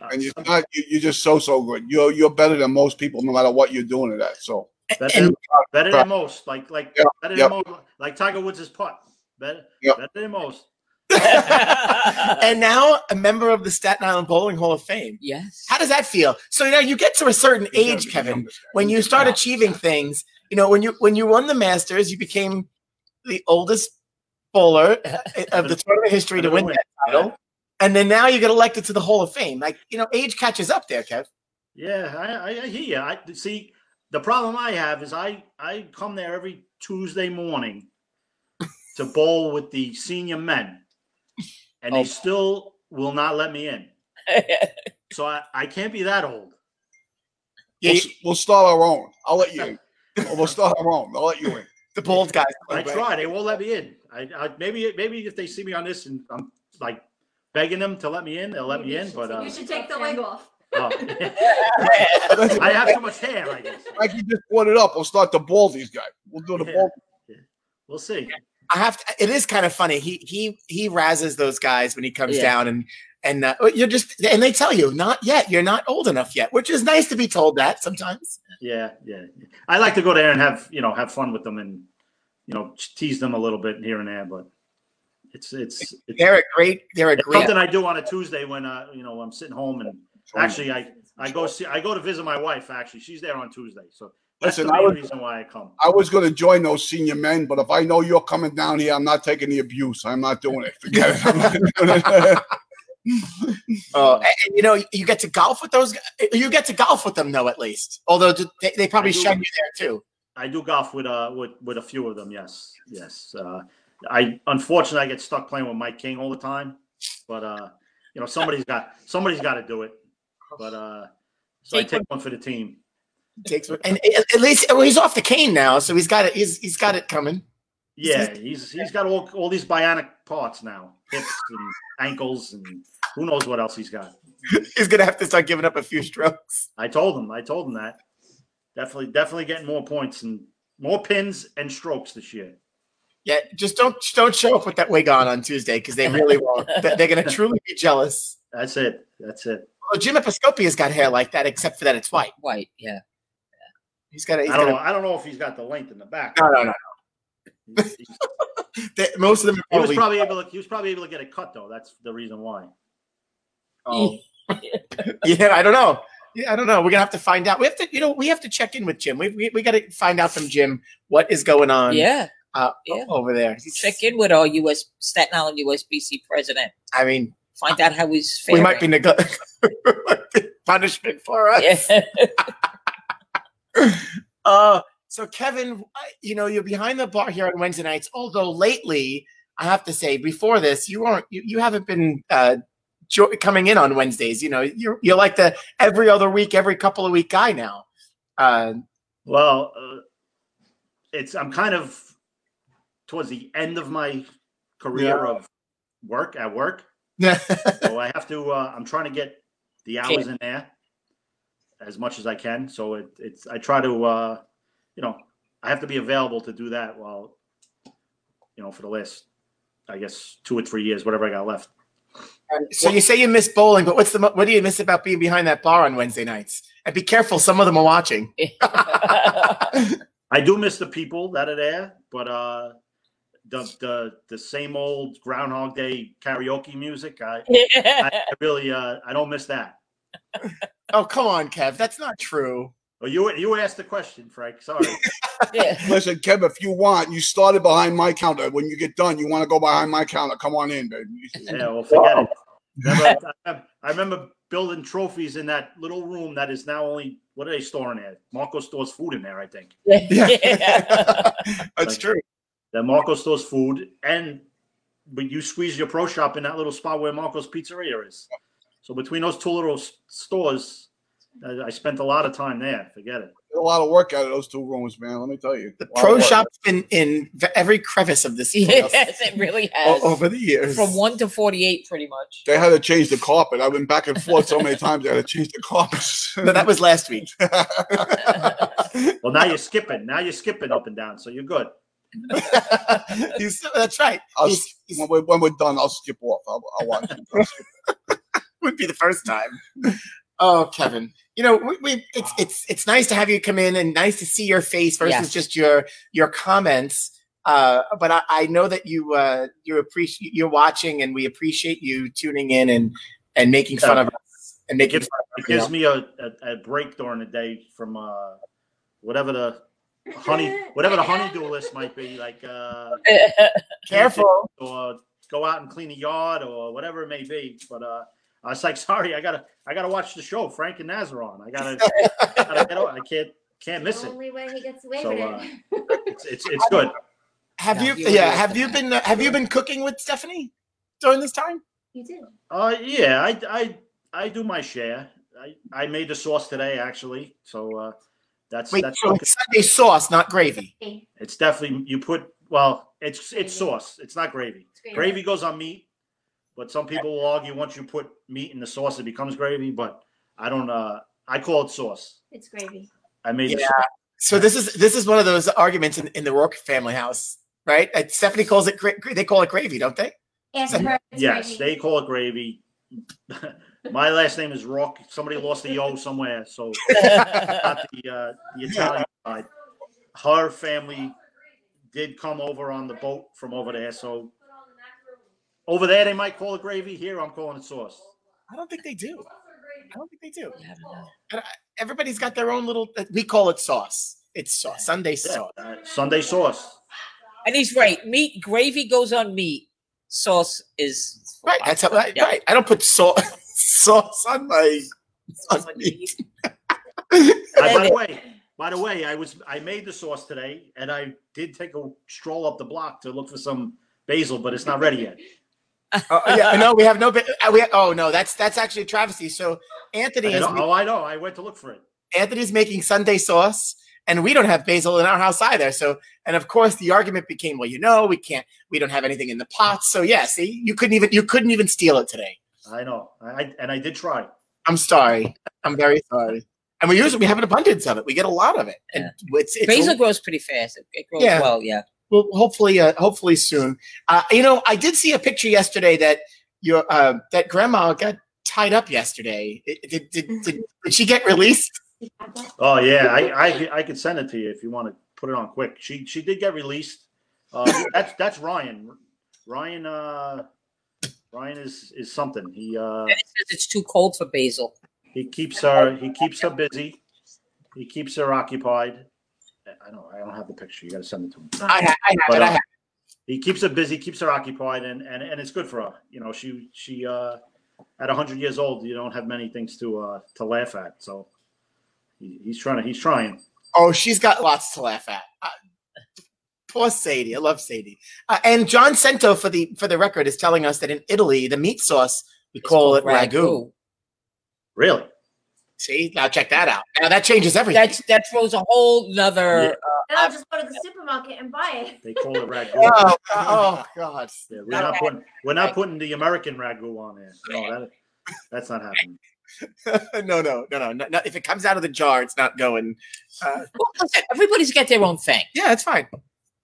E: Uh,
F: and you're not. You, you're just so so good. You're you're better than most people, no matter what you're doing it at. So
E: Better, than, better than most. Like like
F: Yeah,
E: better
F: yeah.
E: than most. Like Tiger Woods' putt. Better,
F: Yeah.
E: better than most.
A: and now a member of the Staten Island Bowling Hall of Fame.
B: Yes.
A: How does that feel? So now you get to a certain age, Kevin, when you start achieving things. You know, when you when you won the Masters, you became the oldest bowler uh, of the tournament history to
E: Better
A: win
E: win.
A: that title. And then now you get elected to the Hall of Fame. Like, you know, age catches up there, Kev.
E: Yeah, I, I, I hear you. I see. The problem I have is I I come there every Tuesday morning to bowl with the senior men, and
B: Oh.
E: they still will not let me in. So I, I can't be that old.
A: Yeah,
F: we'll, s- we'll start our own. I'll let you in. we'll start our own. I'll let you in.
A: the bald guys.
E: I try. They won't let me in. I, I maybe maybe if they see me on this and I'm like begging them to let me in, they'll let me in. But uh,
G: You should take the leg off.
E: uh, oh. I have too much hair. I guess
F: Like you just brought it up. We'll start the baldies guy. We'll do the
E: Yeah.
F: ball.
E: we'll see.
A: I have to, it is kind of funny. He he he razzes those guys when he comes
B: Yeah.
A: down and and uh, you're just and they tell you not yet. You're not old enough yet, which is nice to be told that sometimes.
E: Yeah, yeah. I like to go there and have you know have fun with them and you know tease them a little bit here and there, but it's it's it's,
A: They're a great. They're a
E: it's
A: great.
E: something I do on a Tuesday when uh you know I'm sitting home and actually I I go see I go to visit my wife actually she's there on Tuesday so that's
F: Listen,
E: the
F: I
E: main
F: was-
E: reason why I come.
F: I was going to join those senior men, but if I know you're coming down here, I'm not taking the abuse. I'm not doing it. Forget it. I'm not doing it.
A: Oh,
F: Uh,
A: and, and, you know, you get to golf with those. gu- You get to golf with them, though. At least, although d- they, they probably
E: I do.
A: shun you there too.
E: I do golf with uh with with a few of them. Yes, yes. Uh, I unfortunately I get stuck playing with Mike King all the time, but uh you know somebody's got somebody's got to do it. But uh so I
B: Take
E: take one for the team.
A: Takes and eh, at at least well, he's off the cane now, so he's got it. He's he's got it coming.
E: Yeah, he's he's got all all these bionic parts now, hips and ankles and who knows what else he's got.
A: He's gonna have to start giving up a few strokes.
E: I told him, I told him that. Definitely, definitely getting more points and more pins and strokes this year.
A: Yeah, just don't don't show up with that wig on on Tuesday because they really won't. They- They're gonna truly be jealous.
E: That's it. That's it.
A: Well, Jim Episcopi has got hair like that, except for that it's white.
B: White, yeah.
A: He's got. A, he's
E: I don't know.
A: got
E: I don't know if he's got the length in the back.
A: a, no, no, no.
E: He's- he's-
A: They- most of them are
E: He was
A: probably.
E: probably able. To, he was probably able to get a cut though. That's the reason why.
A: Oh. yeah, I don't know. Yeah, I don't know. We're gonna have to find out. We have to, you know, we have to check in with Jim. We we, we got to find out from Jim what is going on.
B: yeah.
A: uh, o-
B: yeah.
A: over there.
B: Check in with our US Staten Island USBC president.
A: I mean,
B: Find out how he's
A: we
B: faring.
A: might be neg- punishment for us.
B: Yeah.
A: Uh, so Kevin, I- you know, you're behind the bar here on Wednesday nights. Although lately, I have to say, before this, you weren't. You, you haven't been uh, jo- coming in on Wednesdays. You know, you're you're like the every other week, every couple of week guy now. Uh,
E: Well, uh, it's I'm kind of towards the end of my career of work at work. so I have to. Uh, I'm trying to get the
B: Okay.
E: hours in there as much as I can. So it, it's. I try to. Uh, you know, I have to be available to do that while. You know, for the last, I guess, two or three years, whatever I got left.
A: So you say you miss bowling, but what's the mo- what do you miss about being behind that bar on Wednesday nights? And be careful, some of them are watching.
E: I do miss the people that are there, but uh, the the the same old Groundhog Day karaoke music. I, I, I really uh, I don't miss that.
A: Oh, come on, Kev, that's not true.
E: Well, Oh, you you asked the question, Frank. Sorry.
B: Yeah.
F: Listen, Kev, if you want, you started behind my counter. When you get done, you want to go behind my counter. Come on in, baby.
E: Yeah, well, forget it. Remember, I, I remember building trophies in that little room that is now only what are they storing there? Marco stores food in there, I think.
B: Yeah.
F: That's true.
E: That Marco stores food, and but you squeeze your pro shop in that little spot where Marco's Pizzeria is. So between those two little s- stores, I, I spent a lot of time there. Forget it.
F: A lot of work out of those two rooms, man. Let me tell you.
A: The
F: A lot of
A: pro
F: work.
A: shop's been in v- every crevice of this place
B: yes, it really
A: o-
B: has.
A: over the years.
B: From one to forty-eight, pretty much.
F: They had to change the carpet. I went back and forth so many times. They had to change the carpets.
A: No, that was last week.
E: Well, now you're skipping. Now you're skipping up and down, so you're good.
A: He's- that's right.
F: I'll
A: He's- he's-
F: when, we're, when we're done, I'll skip off. I'll, I'll watch. it.
A: would be the first time. Oh, Kevin, you know we, we it's it's it's nice to have you come in and nice to see your face versus
B: Yes.
A: just your your comments. Uh, but I, I know that you uh, you appreciate you're watching, and we appreciate you tuning in and and making fun of us and making fun of
E: It
A: everyone
E: gives me a, a, a break during the day from uh, whatever the honey whatever the honeydew list might be, like uh,
A: else. Careful.
E: or go out and clean a yard or whatever it may be. But uh, I was like, sorry, I gotta I gotta watch the show, Frank and Nazaron. I gotta, I gotta get on. I can't can't miss
G: the
E: it.
G: only way he gets away
E: So,
G: with
E: uh,
G: it.
E: It's it's, it's good.
A: Have
B: No,
A: you?
B: you
A: yeah.
B: were
A: Have
B: good.
A: you been? Have you been cooking with Stephanie during this time?
G: You did.
E: Uh, yeah, I I I do my share. I, I made the sauce today actually, so uh, that's
A: Wait,
E: that's
A: so it's Sunday sauce, not gravy.
G: Hey,
E: It's definitely you put well, it's it's
G: Gravy.
E: sauce. It's not gravy.
G: it's great.
E: Gravy goes on meat, but some people will argue once you put meat in the sauce, it becomes gravy. But I don't. uh I call it sauce.
G: It's gravy.
E: I made the
A: Yeah.
E: sauce.
A: So this is this is one of those arguments in, in the Rourke family house, right? Uh, Stephanie calls it gra- gra- they call it gravy, don't they?
G: Ask her. It's
E: Yes,
G: gravy.
E: they call it gravy. My last name is Rock. Somebody lost the O somewhere, so not the uh, the Italian side. Her family did come over on the boat from over there, so over there they might call it gravy. Here I'm calling it sauce.
A: I don't think they do. I don't think they do.
B: Yeah, I don't know.
A: Everybody's got their own little. uh, We call it sauce. It's sauce. Sunday
E: Yeah,
A: sauce.
E: uh, Sunday sauce.
B: And he's right. Meat gravy goes on meat. Sauce is
A: Right. That's how. Right.
B: Yeah.
A: right. I don't put sauce sauce on my. On meat.
E: Uh, by
B: Love
E: the way, by the way, I was I made the sauce today, and I did take a stroll up the block to look for some basil, but it's not ready yet.
A: Oh, yeah. No, we have no. ba- uh, We, oh no, that's that's actually a travesty. So
E: I
A: Anthony is
E: know- oh, I know. I went to look for it.
A: Anthony's making Sunday sauce, and we don't have basil in our house either. So, and of course, the argument became, well, you know, we can't, we don't have anything in the pot. So, yeah, see, you couldn't even, you couldn't even steal it today.
E: I know. I, I and I did try.
A: I'm sorry. I'm very sorry. And we usually we have an abundance of it. We get a lot of it, and it's, it's
B: basil grows pretty fast. It, it grows
A: Yeah.
B: well. Yeah.
A: well, hopefully, uh, hopefully soon. Uh, you know, I did see a picture yesterday that your uh, that grandma got tied up yesterday. It- Did, did, did, did she get released?
E: Oh yeah, I I, could- I could send it to you if you want to put it on quick. She she did get released. Uh, that's that's Ryan. Ryan uh Ryan is is something. He uh
B: And it says it's too cold for basil.
E: he keeps her he keeps her busy. He keeps her occupied. I don't I don't have the picture. You got to send it to him.
A: I, ha- I have
E: But,
A: it. I
E: uh,
A: have
E: He keeps her busy, keeps her occupied, and and and it's good for her. You know, she she uh at 100 years old, you don't have many things to uh to laugh at. So he, he's trying to he's trying.
A: Oh, she's got lots to laugh at. Uh, poor Sadie. I love Sadie. Uh, and John Cento, for the for the record, is telling us that in Italy, the meat sauce we
B: It's
A: call it
B: called
A: ragu.
E: Really?
A: See, now check that out. Now that changes everything.
B: That's that throws a whole nother.
G: Then I'll just go to the supermarket and buy it.
E: They call it ragu.
A: oh, oh God.
E: Yeah, we're not putting we're not putting the American ragu on there. No, that, that's not happening.
A: oh, no, no, no, no, no, no. If it comes out of the jar, it's not going.
B: Well, listen, everybody's got their own thing.
A: Yeah, it's fine.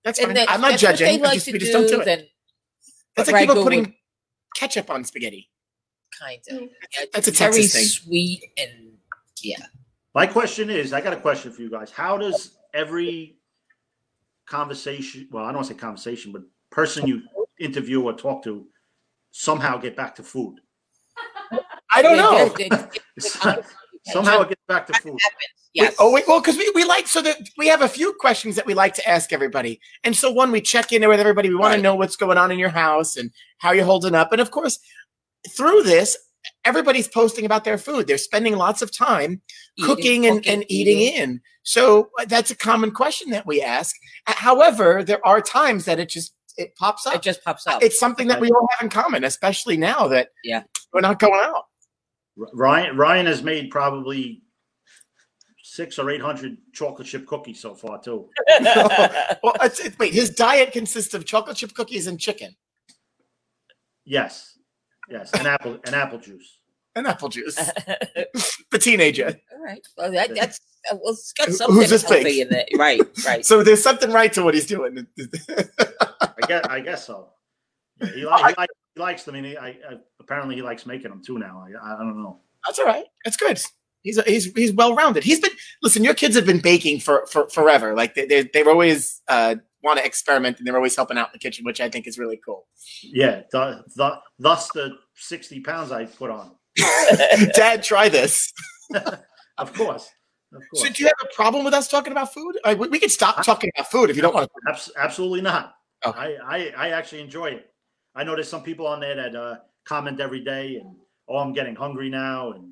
A: That's fine.
B: And that-
A: I'm not
B: that's what
A: judging.
B: They like
A: I just,
B: to
A: we just don't do it.
B: Then
A: That's
B: but
A: like people
B: ragu
A: putting
B: would-
A: ketchup on spaghetti.
B: kind of.
A: That's a
B: very
A: Texas thing.
B: sweet and
E: My question is, I got a question for you guys. How does every conversation, well, I don't want to say conversation, but person you interview or talk to somehow get back to food?
A: I don't know.
B: They- they- they-
E: somehow it gets back to food.
B: yes.
A: We, oh, we, well, because we, we like so that we have a few questions that we like to ask everybody, and so one we check in with everybody. We want to
B: Right.
A: know what's going on in your house and how you're holding up, and of course, through this, everybody's posting about their food. They're spending lots of time
B: Eating,
A: cooking and,
B: cooking,
A: and eating, in. So uh, that's a common question that we ask. Uh, However, there are times that it just it pops up.
B: It just pops up.
A: it's something that we all have in common, especially now that
B: Yeah.
A: we're not going out.
E: R- Ryan Ryan has made probably six or eight hundred chocolate chip cookies so far too.
A: Well, it's, it's, wait, his diet consists of chocolate chip cookies and chicken
E: Yes, yes, and apple and apple juice.
A: and apple juice. the teenager.
B: All right. Well, that, that's uh, well, it's got
A: Who-
B: something
A: who's this
B: healthy
A: pig?
B: in it. Right. Right.
A: So there's something right to what he's doing.
E: I guess I guess so. Yeah, he, li- he, likes, he likes them, and he, I, I, apparently he likes making them too now. I, I don't know.
A: That's all right. That's good. He's he's he's well rounded. He's been listen. Your kids have been baking for, for forever. Like they they they've always uh, want to experiment and they're always helping out in the kitchen, which I think is really cool.
E: Yeah, th- th- thus the sixty pounds I put on.
A: Dad, try this.
E: Of course, of
A: So
E: course.
A: do you have a problem with us talking about food? Like, we, we could stop talking about food if you don't want to.
E: Abs- absolutely not.
A: Okay.
E: I, I I actually enjoy it. I know there's some people on there that uh, comment every day and oh I'm getting hungry now and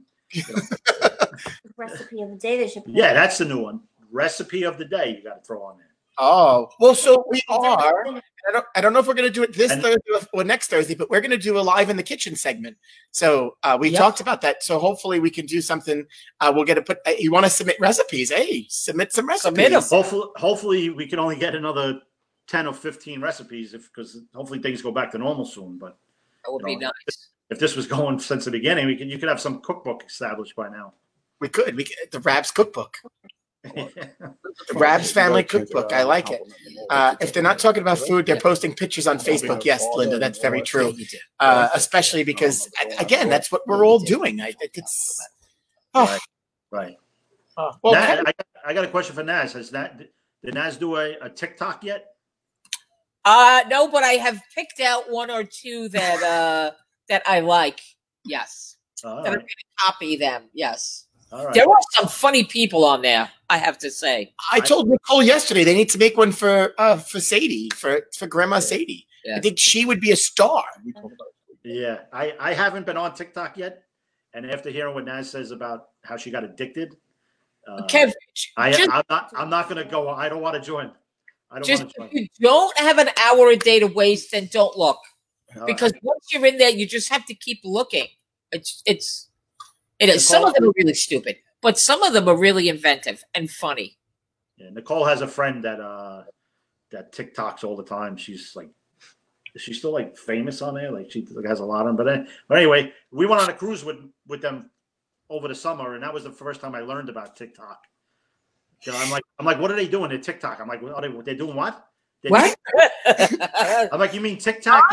G: Recipe of the day they should. put
E: yeah
G: out.
E: that's the new one recipe of the day you got to throw on there.
A: Oh well, so we
G: Is that
A: are.
G: something-
A: I don't, I don't know if we're going to do it this
E: And-
A: Thursday or- or next Thursday, but we're going to do a live in the kitchen segment. So uh, we
B: Yep.
A: talked about that. So hopefully we can do something. Uh, we'll get to put. Uh, you want to submit recipes? Hey, submit some recipes.
B: Submit 'em.
E: Hopefully hopefully we can only get another ten or fifteen recipes if because hopefully things go back to normal soon. But
B: That would be
E: No.
B: nice.
E: if this was going since the beginning, we could you could have some cookbook established by now.
A: We could. We could, the Rabs cookbook. The
F: Come on,
A: Rabs
F: you
A: family
F: guys can't,
A: cookbook.
F: uh,
A: I like it.
F: compliment them all.
A: Uh, if they're not talking about
F: Yeah.
A: food, they're posting pictures on
F: Yeah.
A: Facebook. Yes, Linda, that's very true.
B: You do.
A: Uh, especially because a- again, that's what we're all doing. I think it's. Oh,
E: Right.
B: Uh,
A: well,
E: Na-
A: Kevin-
E: I, I got a question for Naz. Has that did Naz do a, a TikTok yet?
B: Uh, no, but I have picked out one or two that uh that I like. Yes.
E: Oh, All
B: That I'm
E: right.
B: gonna copy them. Yes.
E: All right.
B: There are some funny people on there, I have to say.
A: I told Nicole yesterday they need to make one for uh, for Sadie for for Grandma
E: Yeah.
A: Sadie. I
B: Yeah.
A: think she would be a star.
F: We talked about
E: Yeah, I, I haven't been on TikTok yet, and after hearing what Naz says about how she got addicted, uh,
B: Kev,
E: I,
B: just-
E: I'm not I'm not gonna go. I don't want to join. I don't
B: just
E: want to
B: if
E: join
B: you don't have an hour a day to waste, then don't look.
E: All right.
B: because once you're in there, you just have to keep looking. It's it's it is. Some
E: Nicole-
B: of them are really stupid, but some of them are really inventive and funny.
E: yeah, Nicole has a friend that uh that TikToks all the time. She's like, is she still like famous on there? Like she like, has a lot on. But, an- but anyway, we went on a cruise with with them over the summer, and that was the first time I learned about TikTok. You know, I'm like I'm like, what are they doing? They're TikTok. I'm like, what are they they're doing what? They're
B: What?
E: I'm like, you mean TikTok?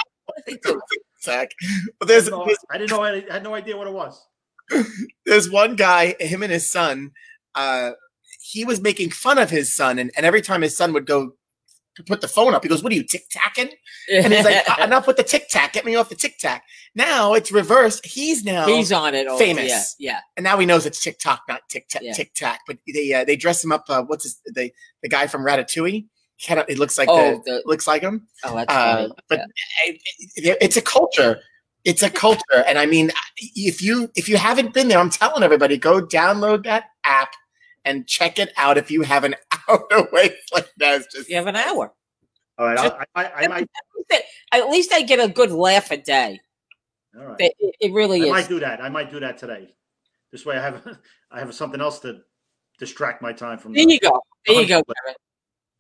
A: Zach. But there's
E: didn't know-
A: there's,
E: I didn't know. I had no idea what it was.
A: there's one guy, him and his son. Uh, he was making fun of his son, and, and every time his son would go to put the phone up, he goes, "What are you tic tacking?" And he's like, "Uh, "Enough with the tic tac. Get me off the tic tac." Now it's reversed. He's now
B: he's on it. all-
A: uh, Famous.
B: Yeah.
A: and now he knows it's TikTok, not Tic Tac.
B: Yeah.
A: Tic Tac, but they uh, they dress him up. Uh, what's his, the the guy from Ratatouille? Kind of, it looks
B: yeah.
A: like
B: Oh,
A: the,
B: the,
A: looks like him.
B: oh, that's
A: Uh,
B: funny.
A: but I- it- it's a culture. It's a culture, and I mean, if you if you haven't been there, I'm telling everybody, go download that app and check it out. If you have an hour away, like that's just
B: you have an hour.
E: All right, I, I, I might.
B: At least I get a good laugh a day.
E: All right,
B: It, it- it really
E: I
B: is.
E: might do that. I might do that today. This way, I have I have something else to distract my time from.
B: there
E: the-
B: you go. There you go. Karen.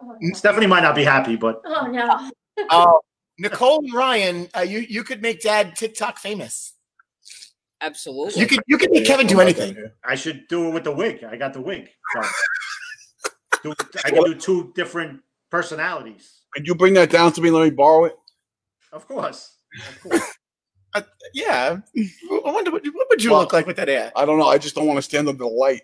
G: Oh,
E: Stephanie might not be happy, but
G: no. Oh, no.
A: Oh, Nicole and Ryan, uh, you you could make Dad TikTok famous.
B: Absolutely.
A: You could you could
F: it.
A: make Kevin do
F: Yeah, I'm not
A: anything.
F: down here.
E: I should do it with the wig. I got the wig. So. Do- I can do two different personalities.
F: Could you bring that down to me? Let me borrow it.
E: Of course. Of course.
A: Yeah. I wonder what, what would you
F: Well-
A: look like with that hair?
F: I don't know. I just don't want to stand under the light.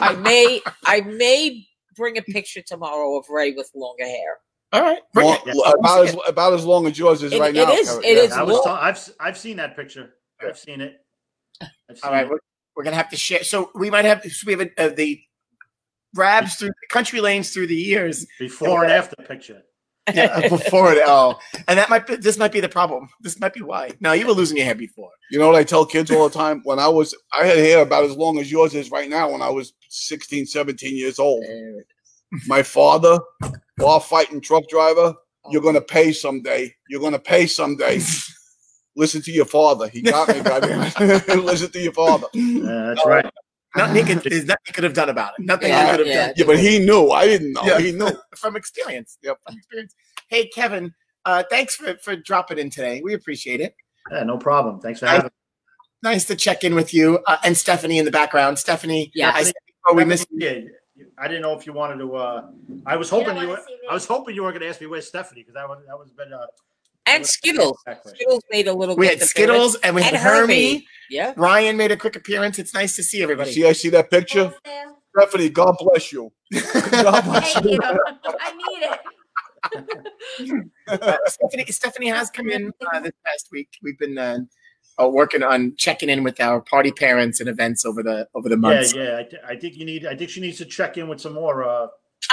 B: I may I may bring a picture tomorrow of Ray with longer hair.
A: All right. Bring
F: Long,
A: it.
F: about as about as long as yours is
B: It-
F: right
B: it
F: now.
B: is-
F: Kevin.
B: it
F: Yeah.
B: is.
E: I was.
B: Well-
E: Ta- I've s- I've seen that picture. I've seen it. I've seen
A: All right.
E: it.
A: We're, we're going to have to share. So we might have, so we have a, uh, the rabs through country lanes through the years.
E: before and after picture.
A: Yeah, before it all. And that might be, this might be the problem. This might be why. No, you were losing your hair before.
F: You know what I tell kids all the time? When I was, I had hair about as long as yours is right now when I was 16, 17 years old. My father, law fighting truck driver, you're
A: Oh.
F: going to pay someday. You're going to pay someday. Listen to your father. He got me, goddamn. Listen to your father.
E: Uh, that's right.
A: Nothing he could, there's nothing he could have done about it. Nothing he
B: Yeah,
A: could have
B: yeah.
A: done
F: Yeah, but he knew. I didn't know.
A: Yeah.
F: He knew.
A: from experience.
F: Yep.
A: From experience. Hey, Kevin, uh, thanks for, for dropping in today. We appreciate it.
E: Yeah, no problem. Thanks for
A: I-
E: having me.
A: Nice to check in with you uh, and Stephanie in the background. Stephanie,
B: Yeah.
A: I said before we missed you.
E: Yeah, I didn't know if you wanted to. Uh, I was
G: don't
E: hoping you.
G: wanna
E: Were,
G: see me.
E: I was hoping you were going to ask me where's Stephanie because that was that was been. Uh,
B: And Skittles.
E: that question.
B: Skittles made a little
A: We
B: bit
A: had
B: of
A: Skittles and we had
B: and
A: Hermie.
B: Hermie. Yeah.
A: Ryan made a quick appearance. It's nice to see everybody.
F: See, I see that picture.
G: Thanks, Sam.
F: Stephanie, God bless you. God bless
G: Thank you.
F: you.
G: I need it.
A: Uh, Stephanie, Stephanie has come in uh, this past week. We've been uh, uh, working on checking in with our party parents and events over the over the
E: Yeah,
A: months.
E: yeah. I, thi- I think you need. I think she needs to check in with some more. Uh,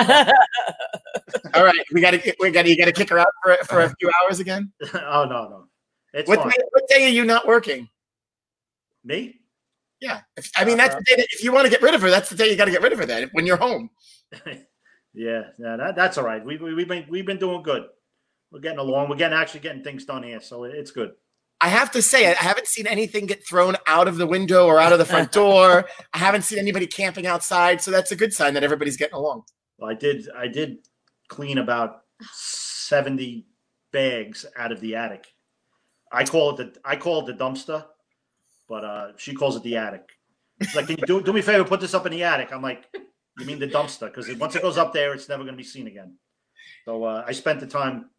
A: All right, we got to we got to you got to kick her out for for a few hours again.
E: oh no, no. It's
A: What
E: fine.
A: day, what day are you not working?
E: Me?
A: Yeah, if, I mean
E: Uh-huh.
A: that's the day that, if you want to get rid of her, that's the day you got to get rid of her. Then when you're home.
E: Yeah, yeah. That, that's all right. We, we we've been we've been doing good. We're getting along. We're getting actually getting things done here, so it's good.
A: I have to say, I haven't seen anything get thrown out of the window or out of the front door. I haven't seen anybody camping outside, so that's a good sign that everybody's getting along.
E: Well, I did I did clean about seventy bags out of the attic. I call it the I call it the dumpster, but uh, she calls it the attic. She's like, can you do do me a favor, put this up in the attic? I'm like, you mean the dumpster? Because once it goes up there, it's never going to be seen again. So uh, I spent the time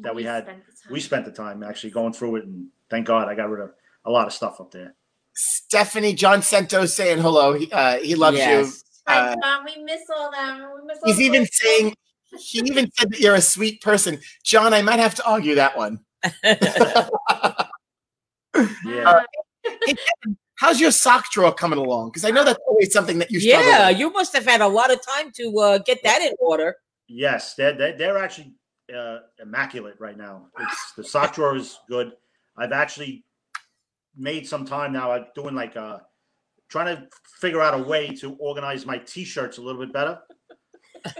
E: that we had.
G: spent the time.
E: We spent the time actually going through it, and thank God I got rid of a lot of stuff up there.
A: Stephanie John Sento saying hello. He, uh, he loves
B: Yes.
G: Hi,
A: uh,
G: Mom, we miss all them. We miss
A: you. He's
G: all the
A: even
G: boys.
A: saying he even said that you're a sweet person, John. I might have to argue that one.
E: Yeah.
G: Uh,
A: How's your sock drawer coming along? Because I know that's always something that you struggle.
B: yeah,
A: with.
B: you must have had a lot of time to uh, get that in order.
E: Yes, they're they're, they're actually uh, immaculate right now. It's, the sock drawer is good. I've actually made some time now. I'm doing like uh, trying to figure out a way to organize my t-shirts a little bit better.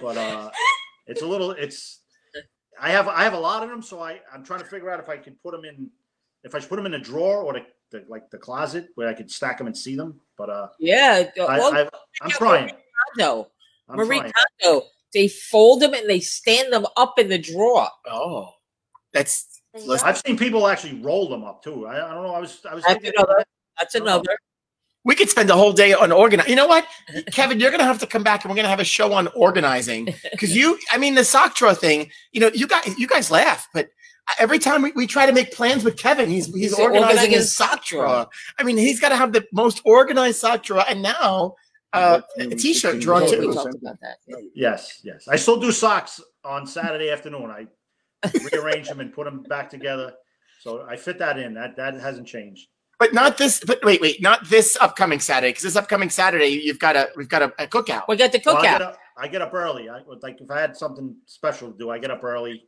E: But uh, it's a little. It's I have I have a lot of them, so I I'm trying to figure out if I can put them in if I should put them in a drawer or the, the like the closet where I could stack them and see them. But uh,
B: Yeah.
E: I,
B: well,
E: I I'm trying.
B: Kondo.
E: I'm
B: Marie
E: trying.
B: Kondo. They fold them and they stand them up in the drawer.
A: Oh, that's listen,
E: I've seen people actually roll them up too. I, I don't know. I was I was
B: That's
E: thinking
B: another. That's
E: Oh.
B: another.
A: we could spend a whole day on organize. You know what, Kevin, you're gonna have to come back and we're gonna have a show on organizing because you. I mean, the sock drawer thing. You know, you guys, you guys laugh, but every time we, we try to make plans with Kevin, he's he's,
B: He's
A: organizing,
B: organizing
A: his,
B: his
A: sock drawer. I mean, he's got to have the most organized sock drawer, and now uh, a t-shirt drawer
B: Yeah, Oh, we
A: too.
B: talked about that.
E: Yes, yes. I still do socks on Saturday afternoon. I rearrange them and put them back together. So I fit that in. That that hasn't changed.
A: But not this. But wait, wait, not this upcoming Saturday because this upcoming Saturday you've got a we've got a, a cookout.
B: We got the
E: Well, I
B: cookout.
E: get up. I get up early. I would- like if I had something special to do. I get up early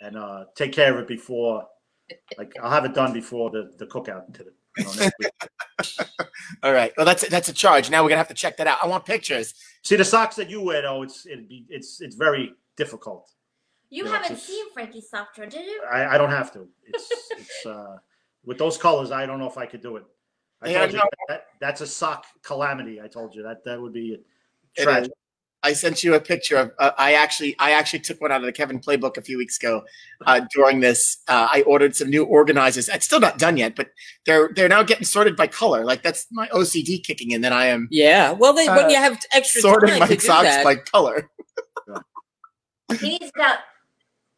E: and uh, take care of it before. Like I'll have it done before the the cookout. To the, you know, next week.
A: All right. Well, that's that's a charge. Now we're gonna have to check that out. I want pictures.
E: See the socks that you wear though. It's it'd be it's it's very difficult.
G: You
E: Yeah,
G: haven't
E: just-
G: seen Frankie's sock drawer, did you?
E: I, I don't have to. It's it's uh, with those colors. I don't know if I could do it. I
A: Yeah,
E: told you
A: no.
E: that, that's a sock calamity. I told you that that would be
A: It
E: tragic.
A: is. I sent you a picture of. Uh, I actually I actually took one out of the Kevin playbook a few weeks ago. Uh, during this, uh, I ordered some new organizers. It's still not done yet, but they're they're now getting sorted by color. Like that's my OCD kicking in. That I am
B: Yeah. Well, they,
A: Uh,
B: when you have extra
A: sorting
B: time
A: my
B: to do
A: socks
B: that,
A: by color.
G: He needs about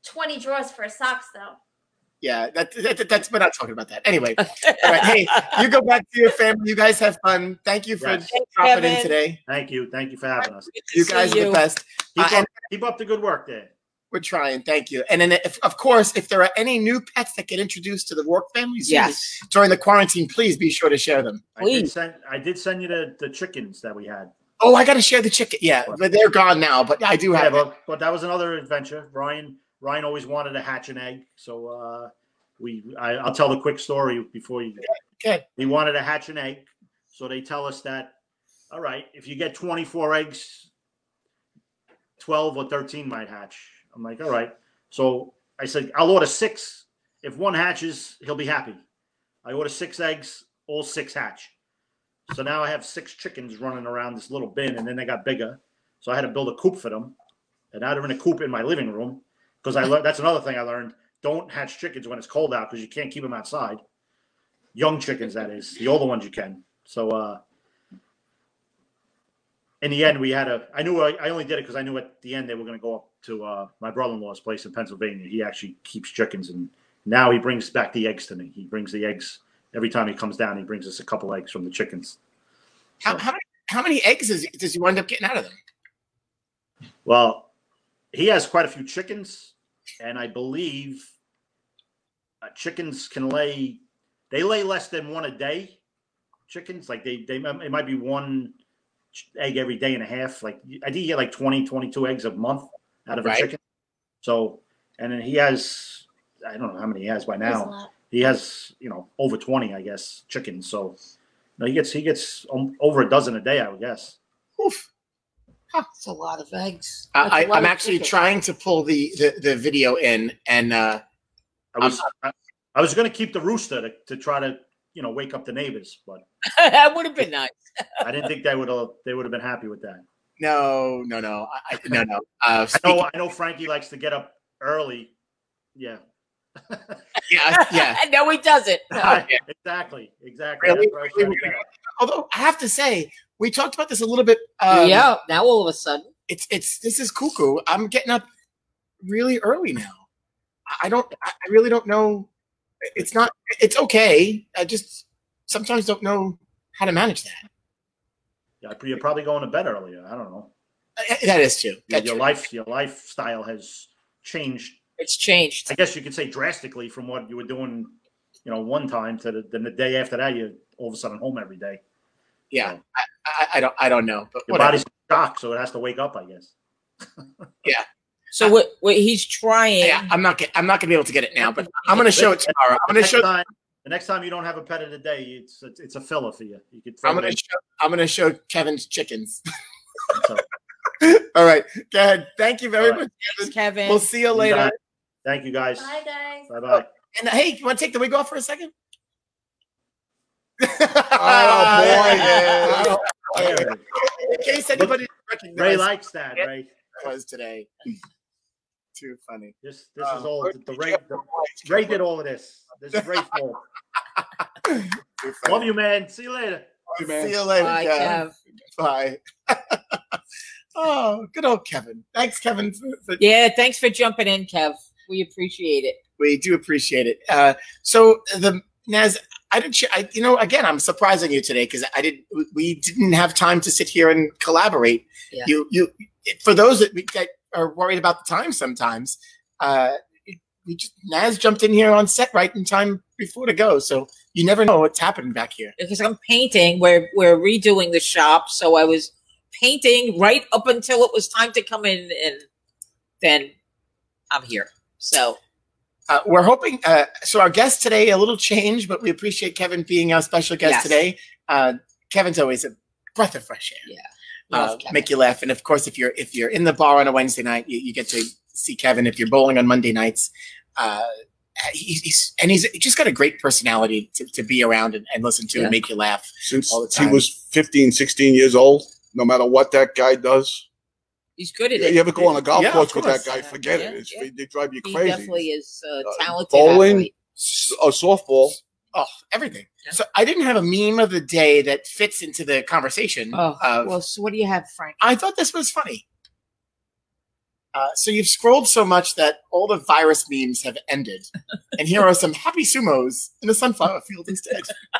G: 20 drawers for his socks, though.
A: yeah, that, that, that's we're not talking about that. Anyway, all right. Hey, you go back to your family. You guys have fun. Thank you for
E: Yes.
A: dropping in
B: Kevin.
A: today.
E: Thank you. Thank you for having us.
A: You guys are the best.
E: Keep
A: Uh,
E: up, keep up the good work there.
A: We're trying. Thank you. And then, if, of course, if there are any new pets that get introduced to the work family series
B: Yes.
A: during the quarantine, please be sure to share them.
E: I did
B: Please.
E: send, I did send you the, the chickens that we had.
A: Oh, I got to share the chicken. Yeah, but they're gone now. But I do
E: Yeah,
A: have it.
E: but, but that was another adventure. Ryan Ryan always wanted to hatch an egg, so uh, we I, I'll tell the quick story before you.
A: Okay.
E: He wanted to hatch an egg, so they tell us that all right, if you get 24 eggs, 12 or 13 might hatch. I'm like, all right. So I said, I'll order six. If one hatches, he'll be happy. I order six eggs, all six hatch. So now I have six chickens running around this little bin, and then they got bigger. So I had to build a coop for them. And now they're in a coop in my living room because I learned that's another thing I learned. Don't hatch chickens when it's cold out because you can't keep them outside. Young chickens, that is. The older ones you can. So uh, in the end, we had a. I knew I, I only did it because I knew at the end they were going to go up to uh, my brother-in-law's place in Pennsylvania. He actually keeps chickens, and now he brings back the eggs to me. He brings the eggs every time he comes down. He brings us a couple eggs from the chickens.
A: How, how, many- how many eggs is, does you wind up getting out of them?
E: Well, he has quite a few chickens, and I believe uh, chickens can lay. They lay less than one a day. Chickens like they they it might be one ch- egg every day and a half. Like I think you get like 20, 22 eggs a month out of
A: Right.
E: a chicken. So and then he has I don't know how many he has by
G: There's a
E: now.
G: lot.
E: He has you know over twenty, I guess, chickens. So no, he gets he gets um, over a dozen a day, I would guess.
A: Oof.
B: That's a lot of eggs. That's a
A: I, I,
B: lot
A: I'm
B: of
A: actually
B: chicken.
A: trying to pull the, the, the video in, and uh,
E: I was I, I was going to keep the rooster to, to try to you know wake up the neighbors, but
B: that would have been nice.
E: I didn't think they would have they would have been happy with that.
A: no, no, no, I, I, no, no. Uh,
E: I know
A: speaking,
E: I know Frankie likes to get up early. Yeah,
A: yeah, yeah. Um,
B: no, he doesn't.
A: Okay.
E: exactly, exactly.
A: Really?
E: That's what I was trying to get at.
A: Although I have to say, we talked about this a little bit. Um,
B: yeah. Now all of a sudden,
A: it's it's this is cuckoo. I'm getting up really early now. I- I don't. I I really don't know. It's not. It's okay. I just sometimes don't know how to manage that.
E: Yeah, you're probably going to bed earlier. I don't know.
A: Uh, That is true.
E: Your,
A: That's
E: your
A: true.
E: life your lifestyle has changed.
B: it's changed.
E: I guess you could say drastically from what you were doing, you know, one time to the, then the day after that. You're all of a sudden home every day.
A: Yeah. I, I, I don't. I don't know. But
E: Your
A: whatever.
E: body's shocked, so it has to wake up. I guess.
B: So what? What he's trying.
A: Yeah, I'm not. Get, I'm not gonna be able to get it now. But I'm gonna show it tomorrow. I'm gonna
E: next
A: show.
E: time, the next time you don't have a pet of the day, it's it's, it's a filler for you. You could. throw
A: I'm
E: it
A: gonna.
E: in.
A: Show, I'm gonna show Kevin's chickens.
E: So,
A: All right. Go ahead. Thank you very
E: All right.
A: much. Kevin.
B: Kevin.
A: We'll see you
E: you
A: later.
E: guys- Thank you guys.
G: Bye, guys.
E: Bye bye.
A: And hey, you want to take the wig off for a second?
F: Oh, boy. Oh, boy.
A: In case anybody didn't
E: Ray
A: recognize what
E: likes that. Ray.
A: it was today. Too funny.
E: This this is
A: Oh,
E: all the, the Ray. The, Ray did all of this. This is Ray's fault.
A: Too
E: Love
A: funny.
E: you, man. See you later.
F: Hey, man.
A: See you later.
B: Bye,
A: Kev.
B: Kev.
A: Bye. oh, good old Kevin. Thanks, Kevin. for- for-
B: Yeah, thanks for jumping in, Kev. We appreciate it.
A: We do appreciate it. Uh, so the Naz, I didn't. sh- I, you know, again, I'm surprising you today because I did. not We didn't have time to sit here and collaborate.
B: Yeah.
A: You, you. it- For those that, that are worried about the time, sometimes uh, it- we just, Naz jumped in here on set right in time before to go. So you never know what's happening back here.
B: Because I'm painting. We're we're redoing the shop, so I was painting right up until it was time to come in, and then I'm here. So
A: Uh, we're hoping. Uh, so our guest today, a little change, but we appreciate Kevin being our special guest
B: Yes.
A: today. Uh, Kevin's always a breath of fresh air.
B: love
A: uh,
B: Kevin.
A: make you laugh. And of course, if you're if you're in the bar on a Wednesday night, you, you get to see Kevin. If you're bowling on Monday nights, uh, he- he's and he's just got a great personality to, to be around and, and listen to
B: Yeah.
A: and make you laugh.
F: Since
A: All the
F: he
A: time.
F: was 15, 16 years old, no matter what that guy does,
B: he's good at
F: you,
B: it.
F: you ever go on a golf
A: Yeah, of
F: course with that
A: course.
F: guy, forget
B: Yeah,
F: it. It's,
B: yeah.
F: They drive you
B: he
F: crazy.
B: definitely is a
F: Uh,
B: talented
F: bowling?
B: athlete.
F: S- A softball.
A: Oh, everything.
B: Yeah.
A: So I didn't have a meme of the day that fits into the conversation.
B: Oh
A: of,
B: well, so what do you have, Frank?
A: I thought this was funny. Uh, so you've scrolled so much that all the virus memes have ended, and here are some happy sumos in a sunflower field instead.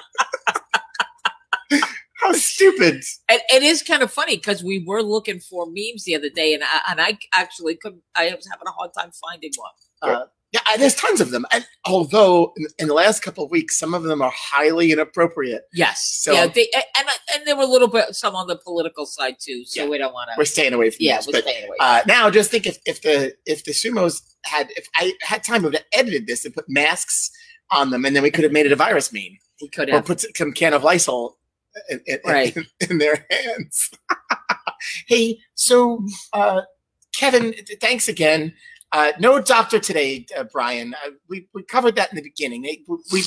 A: How stupid!
B: It, it is kind of funny because we were looking for memes the other day, and I, and I actually could I was having a hard time finding one.
A: Yeah, I- there's tons of them. And although in, in the last couple of weeks, some of them are highly inappropriate.
B: Yes.
A: So-
B: yeah. They, a- and I- and there were a little bit some on the political side too, so
A: Yeah.
B: we don't want
A: We're
B: to.
A: staying away from
B: Yeah,
A: those,
B: we're
A: but-
B: staying away.
A: Uh, now, just think if, if the if the sumos had if I had time, we would have edited this and put masks on them, and then we could have made it a virus meme
B: we could
A: or
B: have.
A: put some can of Lysol in, in,
B: Right.
A: in, in their hands. hey, so uh, Kevin, th- thanks again. Uh, no doctor today, uh, Brian. Uh, we we covered that in the beginning. They, we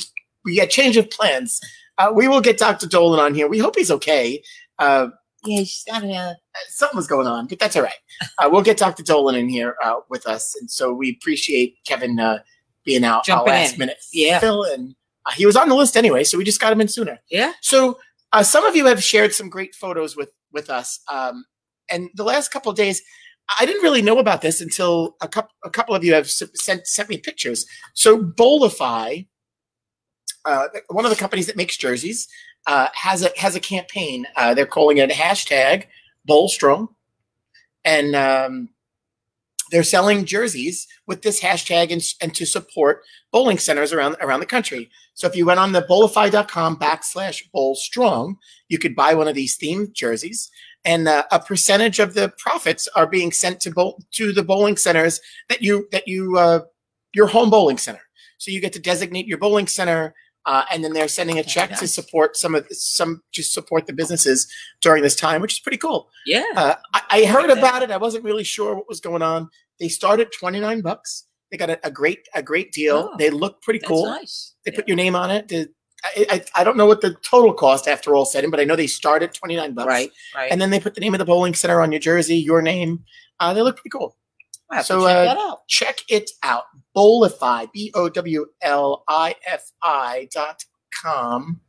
A: we had change of plans. Uh, we will get Doctor Dolan on here. We hope he's okay. Uh,
B: Yeah, she's not a.
A: something was going on, but that's all right. Uh, we'll get Dr. Dolan in here uh, with us, and so we appreciate Kevin uh, being out
B: Jumping
A: our last
B: in.
A: minute.
B: Yeah.
A: fill in. Uh, he was on the list anyway, so we just got him in sooner.
B: Yeah.
A: So uh, some of you have shared some great photos with with us, um, and the last couple of days, I didn't really know about this until a couple a couple of you have s- sent sent me pictures. So Bolify, uh, one of the companies that makes jerseys, uh, has a has a campaign. Uh, they're calling it hashtag Bolstrom, and um, they're selling jerseys with this hashtag and, and to support bowling centers around around the country. So if you went on the bowlify.com backslash bowlstrong, you could buy one of these themed jerseys, and uh, a percentage of the profits are being sent to bowl, to the bowling centers that you that you uh, your home bowling center. So you get to designate your bowling center. Uh, and then they're sending a check to
B: nice.
A: support some of some just support the businesses during this time, which is pretty cool.
B: Yeah.
A: Uh, I, I heard
B: that.
A: about it. I wasn't really sure what was going on. They started twenty nine bucks. They got a, a great a great deal.
B: Oh,
A: they look pretty
B: that's
A: cool.
B: nice.
A: They put your name on it. The- I, I, I don't know what the total cost after all said in, but I know they start at twenty nine bucks.
B: Right. Right.
A: And then they put the name of the bowling center on your jersey, your name. Uh, they look pretty cool.
B: We'll have to
A: so,
B: check
A: uh,
B: that out.
A: Check it out. Bowlify, B O W L I F I dot com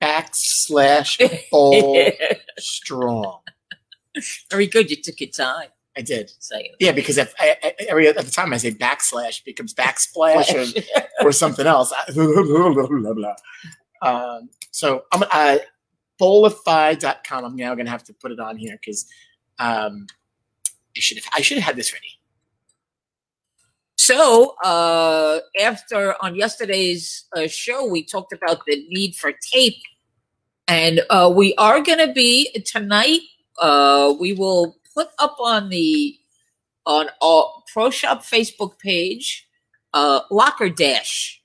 A: backslash bowl strong.
B: Very good. You took your time.
A: I did.
B: Say it.
A: Yeah, because if I, I, every at the time I say backslash becomes backsplash or, or something else. I- blah, blah, blah, blah. Um, so I'm uh, bolify.com. I'm now going to have to put it on here because um, I should have I should have had this ready.
B: So, uh, after on yesterday's uh, show, we talked about the need for tape, and uh, we are going to be tonight. Uh, we will put up on the on our Pro Shop Facebook page uh, Locker Dash.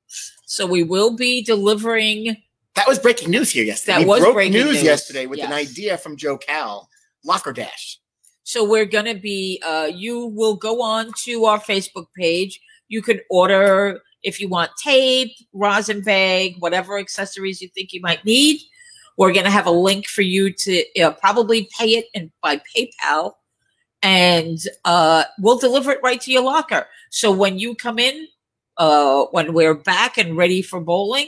B: so we will be delivering.
A: That was breaking news here yesterday.
B: That
A: we
B: was
A: broke
B: breaking
A: news,
B: news.
A: yesterday with an
B: Yes.
A: idea from Joe Cal Locker Dash.
B: So we're going to be, uh, you will go on to our Facebook page. You can order if you want tape, rosin bag, whatever accessories you think you might need. We're going to have a link for you to uh, probably pay it in, by PayPal and uh, we'll deliver it right to your locker. So when you come in, uh, when we're back and ready for bowling,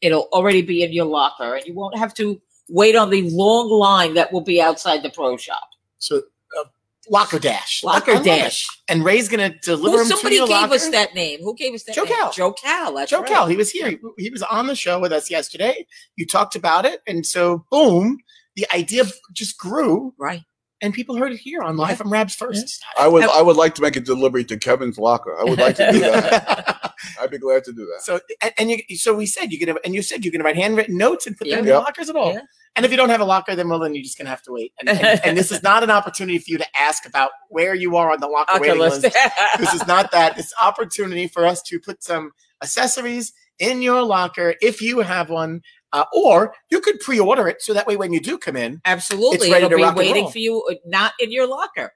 B: it'll already be in your locker and you won't have to wait on the long line that will be outside the pro shop.
A: So uh, Locker Dash,
B: Locker
A: I love it.
B: Dash.
A: and Ray's going to deliver
B: Who,
A: them to
B: somebody
A: your
B: gave
A: locker.
B: us that name. Who gave us that
A: Joe
B: name?
A: Cal.
B: Joe Cal. That's
A: Joe
B: right.
A: Cal, he was here. He, he was on the show with us yesterday. You talked about it, and so boom, the idea just grew,
B: Right.
A: and people heard it here on Live from Rabs First.
F: I would I would like to make a delivery to Kevin's locker. I would like to do that. I'd be glad to do that.
A: so and, and you, so we said you can and you said you can write handwritten notes and put them in
F: Yeah.
A: your lockers at all.
B: Yeah.
A: And if you don't have a locker, then well, then you're just gonna have to wait. And, and, and this is not an opportunity for you to ask about where you are on the locker
B: Okay,
A: waiting
B: let's-
A: list. this is not that. It's opportunity for us to put some accessories in your locker if you have one, uh, or you could pre-order it so that way when you do come in,
B: Absolutely.
A: It's ready
B: It'll
A: to
B: be
A: rock and
B: waiting
A: roll.
B: for you, uh, not in your locker.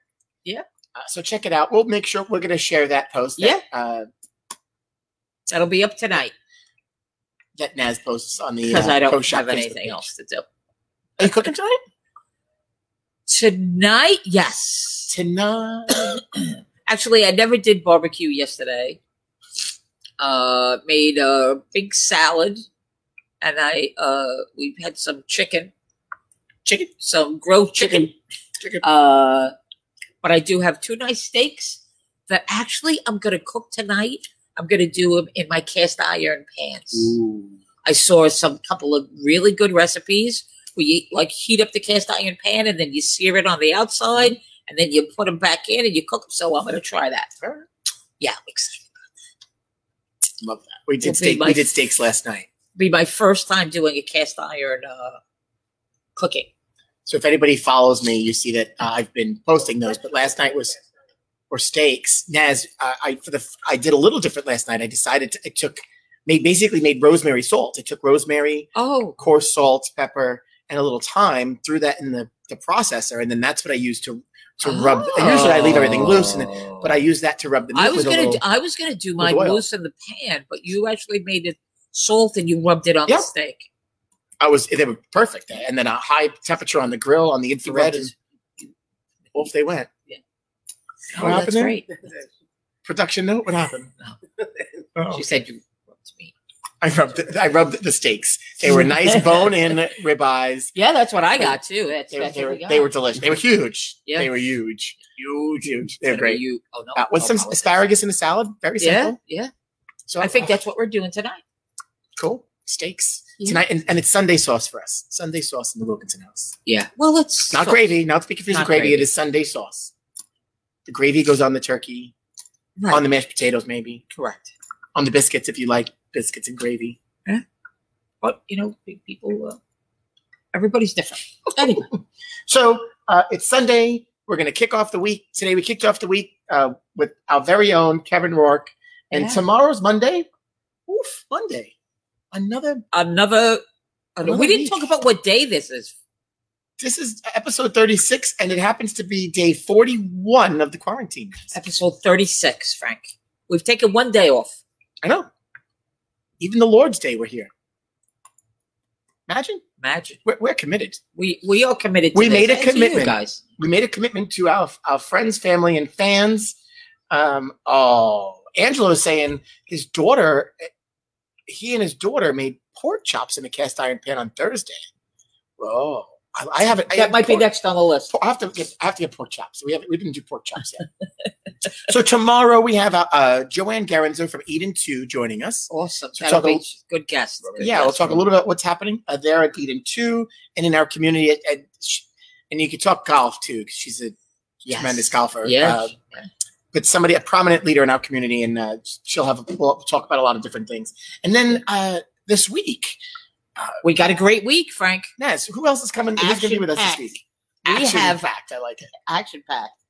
A: uh, so check it out. We'll make sure we're going to share that post. That, uh,
B: That'll be up tonight
A: that Naz posts on the
B: because
A: uh,
B: I
A: Pro
B: don't
A: Shop
B: have
A: Facebook
B: anything
A: page.
B: else to do.
A: Are you cooking tonight?
B: Tonight, yes.
A: Tonight.
B: Actually, I never did barbecue yesterday. Uh, made a big salad, and I uh, we had some chicken,
A: Chicken.
B: some grilled chicken.
A: Chicken.
B: Uh, But I do have two nice steaks that actually I'm going to cook tonight. I'm going to do them in my cast iron pans. I saw some couple of really good recipes where you like heat up the cast iron pan and then you sear it on the outside and then you put them back in and you cook them. So I'm going to try that. Yeah, I'm excited.
A: We
B: Will
A: did
B: be
A: steak.
B: my-
A: We did steaks last night.
B: Be my first time doing a cast iron uh, cooking.
A: So if anybody follows me, you see that uh, I've been posting those. But last night was for steaks. Naz, uh, I for the I did a little different last night. I decided to, I took made basically made rosemary salt. I took rosemary,
B: Oh,
A: coarse salt, pepper, and a little thyme. Threw that in the, the processor, and then that's what I used to to rub. And usually I leave everything loose, and then, but I used that to rub the meat.
B: Oh. I was
A: with a
B: gonna
A: little-
B: do, I was gonna do mine
A: oil.
B: loose in the pan, but you actually made it salt and you rubbed it on
A: Yep.
B: the steak.
A: I was they were perfect, and then a high temperature on the grill on the infrared,
B: rubbed
A: and off they went.
B: Oh,
A: What happened
B: that's
A: there?
B: great.
A: Production note: What happened? Oh.
B: She said you rubbed me.
A: I rubbed it- I rubbed the steaks. They were nice bone in ribeyes.
B: Yeah, that's what I got too. That's,
A: They, were-
B: that's
A: they
B: what
A: were
B: we got.
A: they were delicious. They were huge.
B: Yeah.
A: They were huge. Huge, huge. They were
B: Instead of
A: great.
B: You, oh no,
A: Uh, with
B: no
A: some
B: politics.
A: asparagus in a salad, very
B: Yeah,
A: simple.
B: yeah.
A: So oh,
B: I think that's what we're doing tonight.
A: cool. Steaks
B: Yeah.
A: tonight, and, and it's Sunday sauce for us. Sunday sauce in the Wilkinson house.
B: Yeah. Well, it's
A: Not gravy. Not to be confused
B: Not
A: with gravy. It
B: gravy.
A: is Sunday sauce. The gravy goes on the turkey,
B: Right.
A: on the mashed potatoes, maybe
B: correct.
A: on the biscuits if you like biscuits and gravy.
B: But you know, pe- people, uh, everybody's different. Anyway,
A: So uh, it's Sunday. We're going to kick off the week. Today we kicked off the week uh, with our very own Kevin Rourke. And
B: Yeah.
A: tomorrow's Monday. Oof, Monday. Another.
B: another.
A: Another
B: we didn't
A: week.
B: talk about what day this is.
A: This is episode 36, and it happens to be day 41 of the quarantine.
B: Episode thirty-six, Frank. We've taken one day off.
A: I know. Even the Lord's Day, we're here. Imagine.
B: Imagine
A: We're, we're committed.
B: we we are committed. To
A: We
B: this,
A: made a
B: and to you
A: commitment.
B: guys.
A: We made a commitment to our, our friends, family, and fans. Um, oh, Angelo's saying his daughter, eh, he and his daughter made pork chops in a cast iron pan on Thursday. Oh, I, I haven't. I
B: That might be
A: pork-
B: next on the list.
A: I have to get. I have to get pork chops. We haven't. We didn't do pork chops yet. so tomorrow we have uh, uh, Joanne Garenzo from Eden Two joining us.
B: Awesome.
A: So
B: That'll
A: talk a-
B: be good guest. Good
A: Yeah, we'll
B: guest.
A: talk a little about what's happening uh, there at Eden Two and in our community. At, at, and you could talk golf too, because she's a
B: Yes.
A: tremendous golfer.
B: Yeah.
A: Uh, but somebody, a prominent leader in our community, and uh, she'll have a we'll talk about a lot of different things. And then uh, this week,
B: we got a great week, Frank.
A: Naz, who else is coming? Who's going to be with us this
B: Action-packed.
A: week?
B: We have
A: fact. I like it.
B: action packed.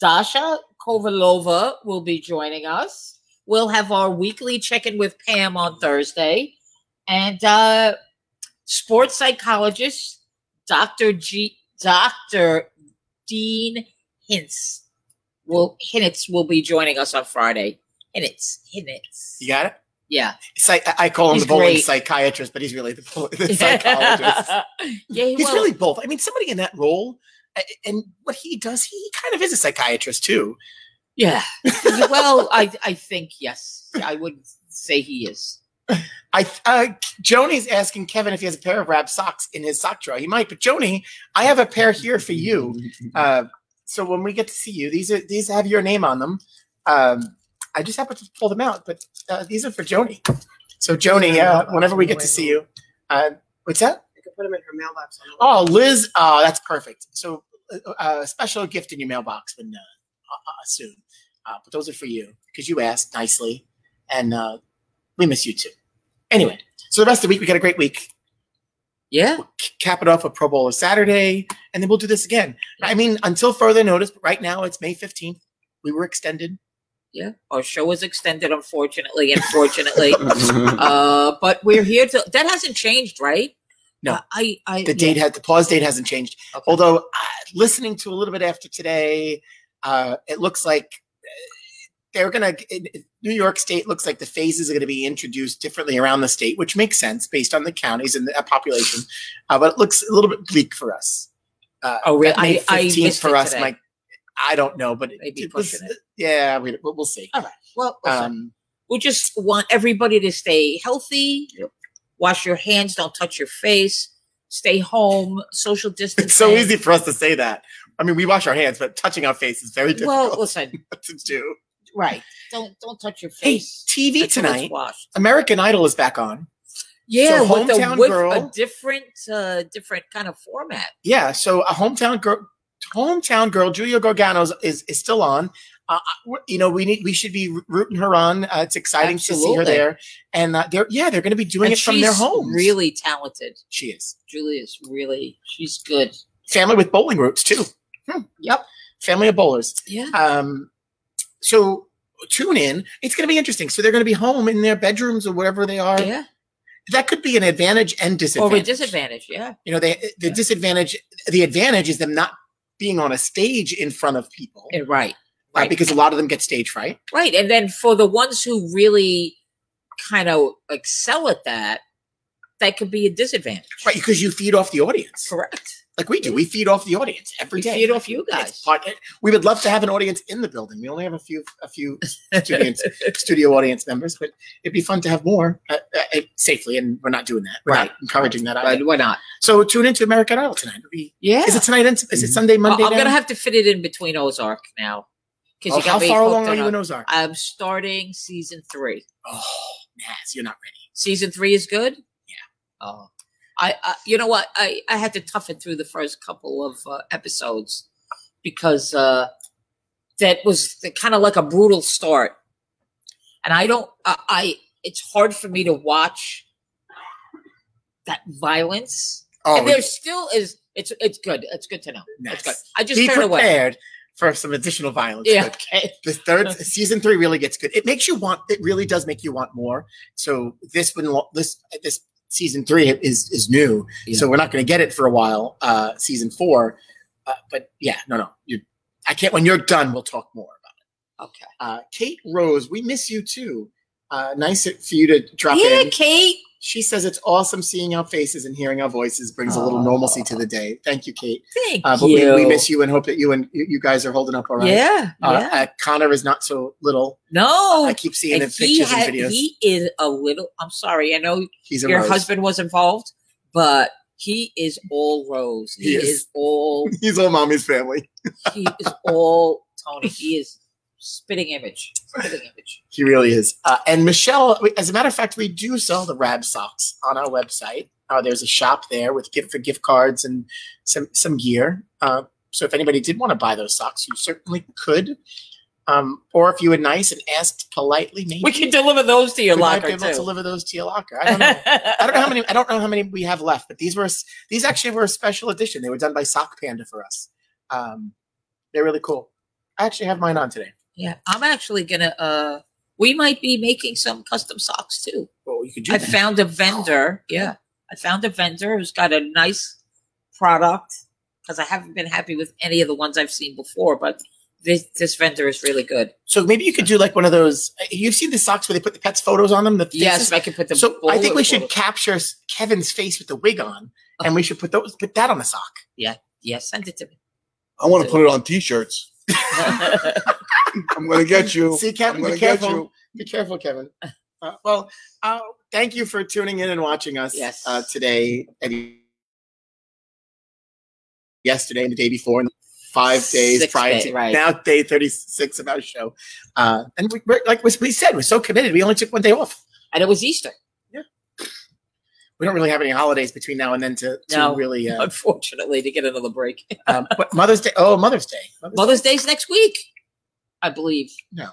B: Dasha Kovalova will be joining us. We'll have our weekly check in with Pam on Thursday. And uh, sports psychologist Dr. G Dr. Dean Hintz will Hinitz will be joining us on Friday. Hinitz. Hinitz.
A: You got it.
B: Yeah.
A: Psych- I- I call him
B: He's
A: the bowling
B: great.
A: psychiatrist, but he's really the, bowling the psychologist.
B: yeah, he
A: He's
B: will.
A: really both. I mean, somebody in that role, a- and what he does, he kind of is a psychiatrist too.
B: Yeah. well, I I think yes. I would say he is.
A: I uh, Joni's asking Kevin if he has a pair of wrap socks in his sock drawer. He might, but Joni, I have a pair here for you. Uh, so when we get to see you, these are these have your name on them. Um, I just happened to pull them out, but uh, these are for Joni. So Joni, uh, whenever we get to see you, uh, what's that?
D: I could put them in her mailbox. On the way.
A: Oh, Liz. Oh, that's perfect. So uh, uh, a special gift in your mailbox when uh, uh, uh, soon. Uh, but those are for you because you asked nicely, and uh, we miss you too. Anyway, so the rest of the week we got a great week.
B: Yeah.
A: C- Cap it off with Pro Bowler Saturday, and then we'll do this again. I mean, until further notice. But right now it's May fifteenth. We were extended.
B: Yeah, our show was extended, unfortunately, unfortunately. uh, but we're here to. That hasn't changed, right?
A: No.
B: Uh, I, I.
A: The date has the pause date hasn't changed.
B: Okay.
A: Although uh, listening to a little bit after today, uh, it looks like uh, they're gonna. in- in New York State looks like the phases are gonna be introduced differently around the state, which makes sense based on the counties and the uh, population. Uh, but it looks a little bit bleak for us. Uh,
B: Oh, really?
A: that May
B: I- I
A: 15th
B: missed
A: for
B: it
A: us
B: today.
A: might. I don't know, but
B: They'd be
A: was-
B: pushing it.
A: Yeah, we, we'll we'll see.
B: Well, listen,
A: Um,
B: we just want everybody to stay healthy. Wash your hands. Don't touch your face. Stay home. Social distancing.
A: it's so easy for us to say that. I mean, we wash our hands, but touching our face is very difficult
B: Well, listen,
A: to do.
B: right. Don't don't touch your
A: Hey,
B: face. until
A: TV
B: it's
A: tonight,
B: washed.
A: American Idol is back on.
B: Yeah, with, the,
A: Hometown
B: with
A: Girl-
B: a different uh different kind of format.
A: Yeah, so a hometown girl, hometown girl, Julia Gargano is, is, is still on. Uh, I- you know, we need we should be rooting her on. Uh, it's exciting to see her
B: Absolutely.
A: there, and uh, they're yeah, they're going to be doing
B: And
A: it from their
B: she's
A: homes.
B: Really talented.
A: she is
B: Julia's really she's good.
A: family with bowling roots too. Hmm.
B: Yep.
A: Family of bowlers.
B: Yeah.
A: Um, so tune in. It's going to be interesting. So they're going to be home in their bedrooms or wherever they are.
B: Yeah.
A: That could be an advantage and
B: Or
A: disadvantage.
B: a disadvantage, yeah.
A: You know, they, the disadvantage, the advantage is them not being on a stage in front of people.
B: Eh, Right.
A: right?
B: Right.
A: Uh, Because a lot of them get stage fright.
B: Right. And then for the ones who really kind of excel at that, that could be a disadvantage.
A: Right, because you feed off the audience,
B: Correct.
A: like we do. We feed off the audience every
B: We
A: day.
B: feed off you
A: It's
B: guys.
A: part- we would love to have an audience in the building. We only have a few, a few studio, studio audience members, but it'd be fun to have more uh, uh, safely. And we're not doing that. We're not
B: Right.
A: encouraging that.
B: But
A: Either.
B: why not?
A: So tune into American Idol tonight. It'll be-
B: Yeah.
A: Is it tonight? And, is it Sunday, Monday?
B: I- I'm
A: now?
B: gonna have to fit it in between Ozark now. Because
A: Oh,
B: you got
A: how
B: me
A: far
B: hooked
A: along are
B: on
A: you in
B: Oz-
A: Ozark?
B: I'm starting season three.
A: oh, Naz, you're not ready.
B: Season three is good. Yeah. Oh, I, I you know what? I I had to tough it through the first couple of uh, episodes because uh that was the, kind of like a brutal start, and I don't. I, I it's hard for me to watch that violence.
A: Oh,
B: and there still is. It's it's good. It's good to know. It's good.
A: Naz,
B: I just
A: be
B: turned away.
A: prepared for some additional violence.
B: Yeah.
A: but
B: Okay.
A: the third season three really gets good. It makes you want. It really does make you want more. So this one, this this season three is is new.
B: Yeah.
A: So we're not going to get it for a while. Uh, season four, uh, but yeah, no, no, you. I can't. When you're done, we'll talk more.
B: Okay.
A: Uh, Kate Rose, we miss you too. Uh, nice for you to drop
B: Yeah,
A: in.
B: Kate.
A: She says it's awesome seeing our faces and hearing our voices brings a little
B: Aw.
A: normalcy to the day. Thank you, Kate.
B: Thank
A: Uh, but
B: you.
A: We, we miss you and hope that you and you you guys are holding up all right.
B: Yeah.
A: Uh,
B: yeah.
A: uh, Connor is not so little. I
B: No.
A: keep seeing
B: And
A: the
B: he,
A: pictures
B: had,
A: and videos.
B: he is a little. I'm sorry. I know
A: He's a
B: your
A: rose.
B: husband was involved, but he is all Rose. He,
A: He
B: is.
A: is.
B: all.
A: He's all mommy's family.
B: He is all Tony. He is spitting image. Spitting image.
A: He really is. Uh, and Michelle, we- as a matter of fact, we do sell the Rab socks on our website. Uh, there's a shop there with gift for gift cards and some some gear. Uh, so if anybody did want to buy those socks, you certainly could. Um, or if you were nice and asked politely, maybe
B: We can deliver those to your
A: we might
B: locker
A: be able
B: too.
A: to deliver those to your locker. I don't know. I don't know how many. I don't know how many we have left, but these were these actually were a special edition. They were done by Sock Panda for us. Um, they're really cool. I actually have mine on today.
B: yeah, I'm actually gonna. uh We might be making some custom socks too.
A: Well, you could do
B: I
A: that.
B: found a vendor. Yeah, I found a vendor who's got a nice product because I haven't been happy with any of the ones I've seen before, but this this vendor is really good.
A: so maybe you could do like one of those. You've seen the socks where they put the pets' photos on them. The
B: Yes,
A: faces?
B: I can put the.
A: so I think we
B: bullet-
A: should
B: bullet-
A: capture s- Kevin's face with the wig on, and we should put those put that on the sock.
B: yeah, send it to me.
F: I want to put it on t-shirts. I'm going to get you.
A: See,
F: I'm
A: Kevin,
F: going
A: be
F: to get
A: careful.
F: you.
A: Be careful, Kevin. Uh, well, uh, thank you for tuning in and watching us
B: Yes.
A: uh, today and yesterday and the day before and five days
B: Six
A: prior
B: day,
A: to
B: right.
A: now day 36 of our show. Uh, and we, we're, like we said, we're so committed. We only took one day off.
B: and it was Easter,
A: We don't really have any holidays between now and then to, to
B: No.
A: really. Uh,
B: unfortunately, to get another break.
A: um, but Mother's Day. Oh, Mother's Day. Mother's
B: Mother's Day's next week, I believe.
A: No.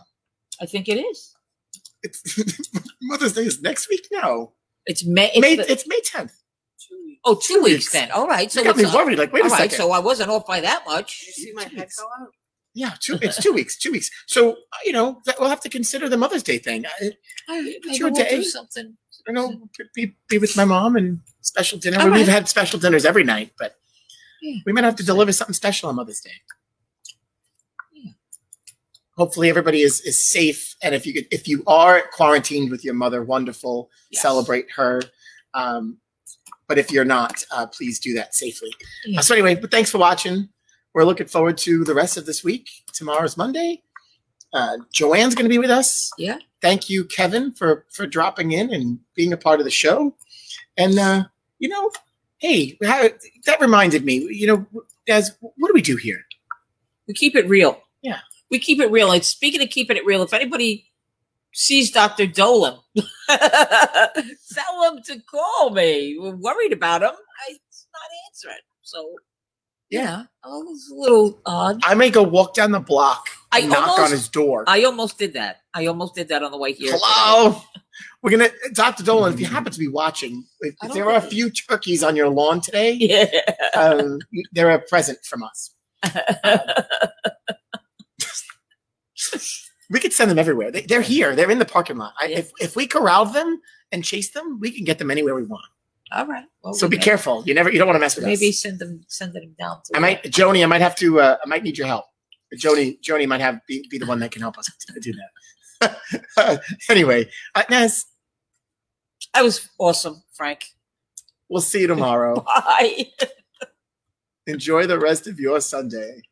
B: I think it is.
A: It's, Mother's Day is next week? No.
B: It's May.
A: May,
B: the-
A: it's May 10th.
B: oh, two
A: two
B: weeks,
A: weeks.
B: then. All right, so
A: you got me
B: it's uh,
A: worried. Like, wait a
B: all right,
A: second.
B: so I wasn't off by that much.
D: Did you see my head go out?
A: Yeah, two, it's two weeks. Two weeks. So uh, you know that we'll have to consider the Mother's Day thing. I,
B: I, maybe
A: your
B: we'll do
A: day.
B: something.
A: you know, be be with my mom and special dinner.
B: All
A: We've
B: right.
A: had special dinners every night, but
B: Yeah.
A: we might have to deliver something special on Mother's Day.
B: Yeah.
A: Hopefully, everybody is is safe, and if you could, if you are quarantined with your mother, wonderful.
B: Yes.
A: Celebrate her. Um, but if you're not, uh, please do that safely.
B: Yeah.
A: Uh, so anyway, but thanks for watching. We're looking forward to the rest of this week. Tomorrow's Monday. Uh, Joanne's going to be with us.
B: Yeah.
A: Thank you, Kevin, for for dropping in and being a part of the show. And uh, you know, hey, how, that reminded me. You know, as what do we do here?
B: We keep it real.
A: Yeah.
B: We keep it real. And speaking of keeping it real, if anybody sees Dr. Dolan, tell him to call me. We're worried about him. I, he's not answering. So,
A: Yeah.
B: yeah, I was a little odd.
A: I may go walk down the block
B: I
A: and knock on
B: almost-
A: his door.
B: I almost did that. I almost did that on the way here.
A: Hello. We're gonna Dr. Dolan, if you happen to be watching, if,
B: I
A: if
B: don't
A: there are a
B: think-
A: few turkeys on your lawn today,
B: Yeah.
A: um, they're a present from us. We could send them everywhere. They, they're here. They're in the parking lot. I,
B: Yeah.
A: if, if we corral them and chase them, we can get them anywhere we want.
B: All right. Well,
A: So
B: we
A: be
B: may-
A: careful. You never. You don't want to mess with
B: Oh, Maybe
A: us.
B: send them, send them down. To
A: I might, Joni. I might have to. Uh, I might need your help. Joni. Joni might have be, be the one that can help us to do that. anyway, uh, Naz,
B: That was awesome, Frank.
A: we'll see you tomorrow.
B: Bye.
A: Enjoy the rest of your Sunday.